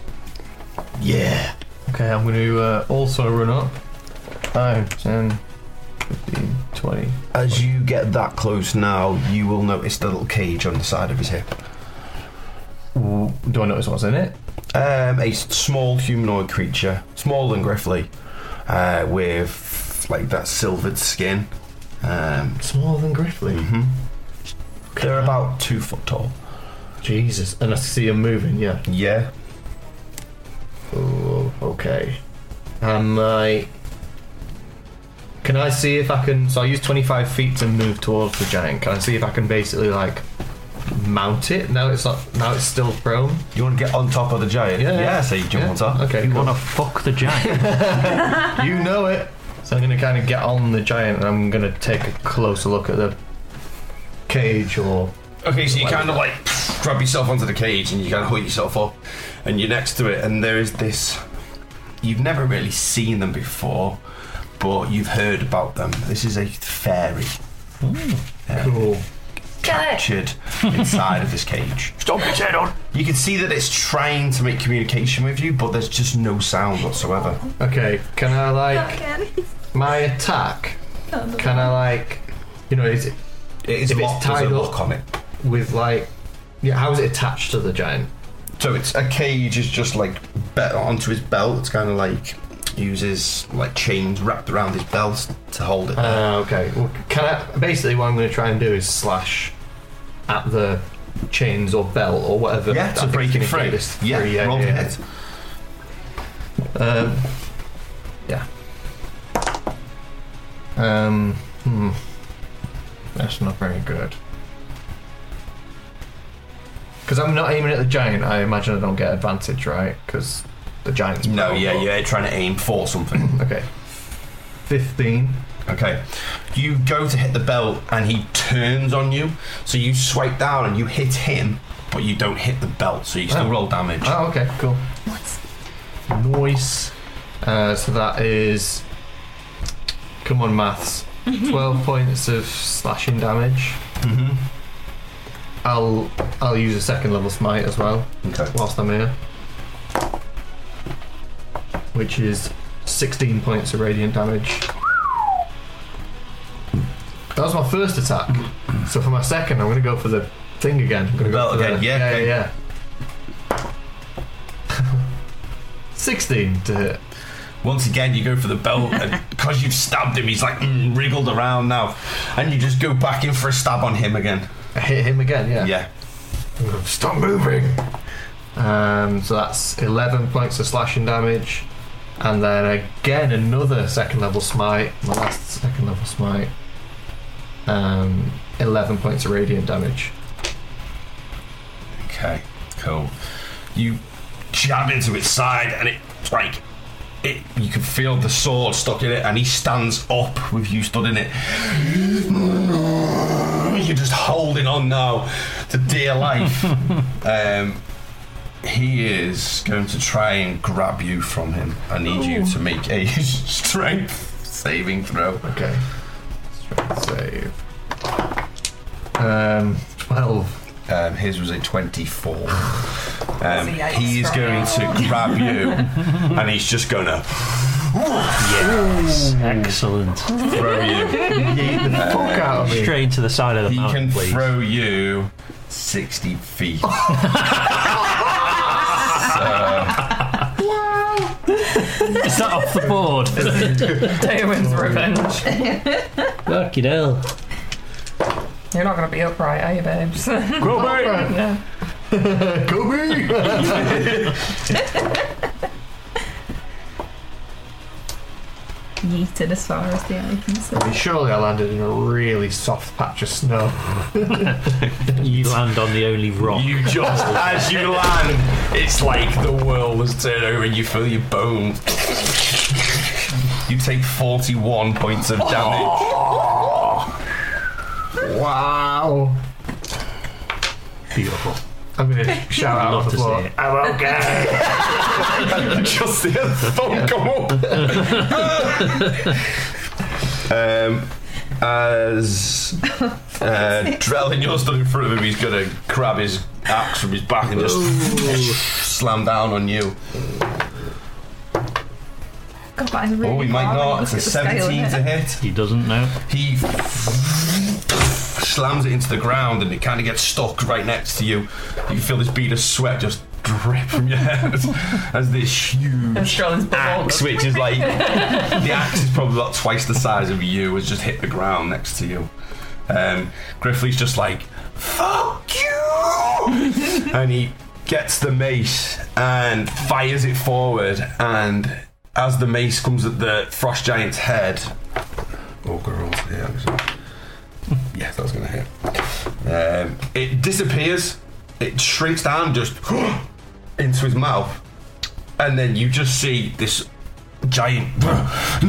S2: Yeah. Okay, I'm going to uh, also run up. 5, 10, 15, 20.
S3: As you get that close now, you will notice the little cage on the side of his hip.
S2: Ooh, Do I notice what's in it?
S3: Um, a s- small humanoid creature, smaller than Griffley, uh, with like that silvered skin. Um,
S2: Smaller than Griffley.
S3: mhm. They're about two foot tall.
S2: Jesus. And I see him moving, yeah.
S3: Yeah.
S2: Oh, okay. Am I. Can I see if I can. So I use 25 feet to move towards the giant. Can I see if I can basically, like, mount it? Now it's not. Now it's still prone.
S3: You want to get on top of the giant?
S2: Yeah.
S3: so you jump
S2: Yeah.
S3: on top.
S2: Okay.
S4: You
S2: cool.
S4: want to fuck the giant?
S2: You know it. So I'm going to kind of get on the giant and I'm going to take a closer look at the cage or.
S3: Okay, so you kind of like grab yourself onto the cage and you kind of hook yourself up, and you're next to it, and there is this. You've never really seen them before, but you've heard about them. This is a fairy. Yeah.
S2: Cool.
S3: captured inside of this [LAUGHS] cage.
S13: Stomp its head on!
S3: You can see that it's trying to make communication with you, but there's just no sound whatsoever.
S2: Okay. Can I, like. My attack? Can I, like. You know, is it
S3: It is
S2: If it's
S3: locked, there's
S2: tied
S3: a
S2: up-
S3: lock on it.
S2: with, like. Yeah, how is it attached to the giant?
S3: So it's a cage is just like bet onto his belt. It's kind of like uses like chains wrapped around his belt to hold it.
S2: Uh, okay. Well, can I basically what I'm going to try and do is slash at the chains or belt or whatever.
S3: yeah, to break it free. Yeah,
S2: yeah,
S3: roll
S2: yeah.
S3: it.
S2: Um, yeah. Um, hmm. That's not very good. Because I'm not aiming at the giant, I imagine I don't get advantage, right? Because the giant's
S3: No,
S2: prow,
S3: yeah,
S2: but-
S3: you're trying to aim for
S2: [LAUGHS]
S3: something.
S2: Okay. 15.
S3: Okay. You go to hit the belt and he turns on you. So you swipe down and you hit him, but you don't hit the belt, so you still
S2: Oh.
S3: roll damage.
S2: Oh, okay, cool. Nice. Uh, so that is. Come on, maths. 12 points of slashing damage.
S3: Mm-hmm.
S2: I'll I'll use a second level smite as well
S3: Okay.
S2: whilst I'm here, which is 16 points of radiant damage. That was my first attack. So for my second, I'm going to go for the thing again. I'm gonna
S3: The belt
S2: go for
S3: again,
S2: the-
S3: yeah,
S2: yeah,
S3: okay.
S2: yeah. [LAUGHS] 16 to hit.
S3: Once again, you go for the belt, and because you've stabbed him, he's like mm, wriggled around now, and you just go back in for a stab on him again.
S2: I hit him again, yeah.
S3: Yeah,
S2: Stop moving. Um, so that's 11 points of slashing damage. And then again, another second level smite. My last second level smite. Um, 11 points of radiant damage.
S3: Okay, cool. You jab into its side, and it's like it. You can feel the sword stuck in it, and he stands up with you stood in it. [CLEARS THROAT] You're just holding on now to dear life. um, he is going to try and grab you from him. I need you to make a [LAUGHS] strength saving throw.
S2: Okay. Strength save. Um, 12.
S3: Um, his was a 24. Um,
S1: a yikes
S3: he is
S1: from
S3: going to grab you, and he's just going to
S4: Yes. Excellent.
S3: throw you.
S2: Yeet the fuck out of me.
S4: Straight into the side of the
S3: He
S4: mountain,
S3: can
S4: please.
S3: throw you 60 feet.
S4: Is that off the board?
S6: Tailwind's revenge.
S4: Fucking hell.
S6: You're not gonna be upright, are you, babes?
S2: Kobe!
S6: yeah.
S2: Kobe!
S14: yeeted as far as the eye can see.
S2: Surely I landed in a really soft patch of snow.
S4: You land on the only rock.
S3: You [LAUGHS] just, as you land, it's like the world has turned over and you feel your bone. You take 41 points of [LAUGHS] damage.
S2: Wow.
S4: Beautiful.
S2: I'm going to shout out
S4: [LAUGHS]
S2: on
S4: Love
S2: the
S4: to see
S2: floor.
S4: it.
S2: I'm okay.
S3: just the phone Oh, come up. um, as
S14: [LAUGHS]
S3: uh, Drellin, you're stood in front of him, he's going to grab his axe from his back and just slam down on you.
S14: God, that is really
S3: Oh, we might
S14: hard.
S3: not.
S14: Look
S3: It's a
S14: at the scale,
S3: 17
S14: isn't
S3: to
S14: it?
S3: hit.
S4: He doesn't know.
S3: He slams it into the ground and it kind of gets stuck right next to you. You can feel this bead of sweat just drip from your head [LAUGHS] as this huge
S6: Australians
S3: axe, which is like the axe is probably about twice the size of you, has just hit the ground next to you. Um, Griffley's just like, "Fuck you!" and he gets the mace and fires it forward. And as the mace comes at the frost giant's head, oh girls, yeah, I'm sorry. yeah, that was gonna hit. Um, it disappears. It shrinks down, just [GASPS] into his mouth and then you just see this giant [LAUGHS]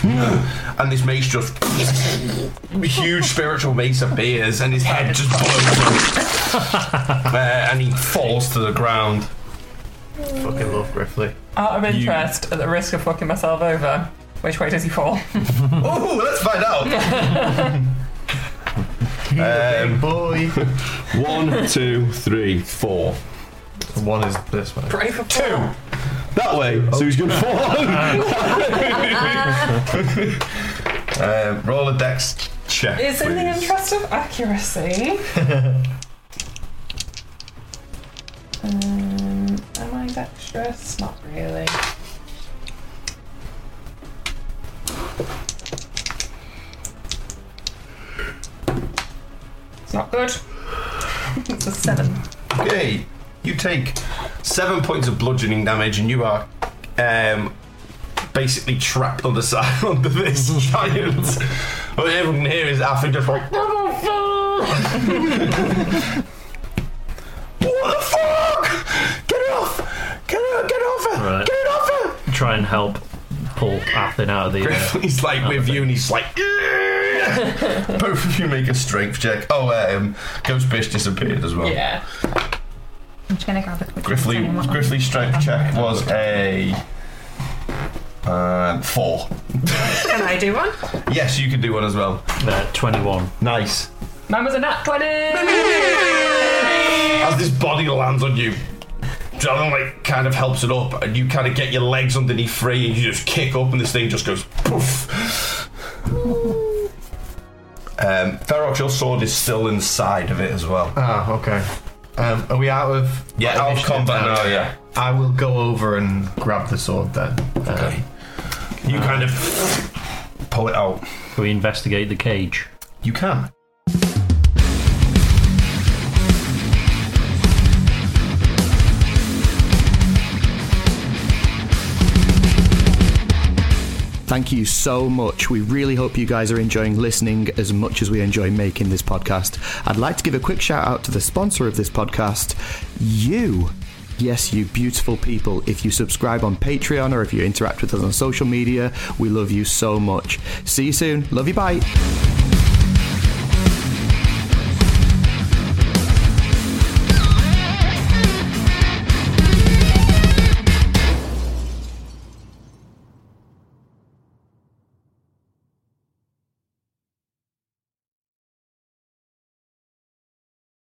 S3: and this mace just [LAUGHS] huge spiritual mace appears and his head just blows up [LAUGHS] Uh, and he falls to the ground
S2: Fucking love Griffley.
S6: Out of interest, at the risk of fucking myself over, which way does he fall?
S3: [LAUGHS] oh let's find
S6: [LAUGHS]
S3: out
S2: Big boy.
S3: Um, [LAUGHS] one two three four
S2: One is this way.
S6: Brave for
S3: two that way so he's gonna
S6: [LAUGHS]
S3: fall um, roll a dex check
S6: It's in the
S3: please.
S6: interest of accuracy. um, am I dexterous? Not really. It's not good. [LAUGHS] It's a seven.
S3: Okay, you take seven points of bludgeoning damage, and you are um, basically trapped on the [LAUGHS] side under this giant. Well, everyone here is after just like. what [LAUGHS] the fuck? Get off! Get off! Get off! Get off!
S4: Right.
S3: Get
S4: try and help pull Athen out of the. Uh,
S3: he's like with you, and he's like. "Yeah." Both of you make a strength check. Oh, um, Ghost Bitch disappeared as well.
S1: Yeah.
S8: I'm just gonna grab a quick.
S3: Griffley,
S8: Anyone want one?
S3: Griffley's strength check was a um, four.
S1: Can I do one?
S3: Yes, you can do one as well.
S4: uh, 21.
S3: Nice.
S1: Mine was a nat 20!
S3: As this body lands on you, Jonathan like kind of helps it up, and you kind of get your legs underneath free, and you just kick up, and this thing just goes poof. Um, Ferox, your sword is still inside of it as well.
S15: Ah, okay. Um, are we out of?
S3: yeah, out of
S15: initiative
S3: combat
S15: now?
S3: now. Yeah.
S15: I will go over and grab the sword then. Uh,
S3: Okay. You kind of pull it out.
S4: Can we investigate the cage?
S3: You can.
S2: Thank you so much. We really hope you guys are enjoying listening as much as we enjoy making this podcast. I'd like to give a quick shout out to the sponsor of this podcast, you. Yes, you beautiful people. If you subscribe on Patreon or if you interact with us on social media, we love you so much. See you soon. Love you. Bye.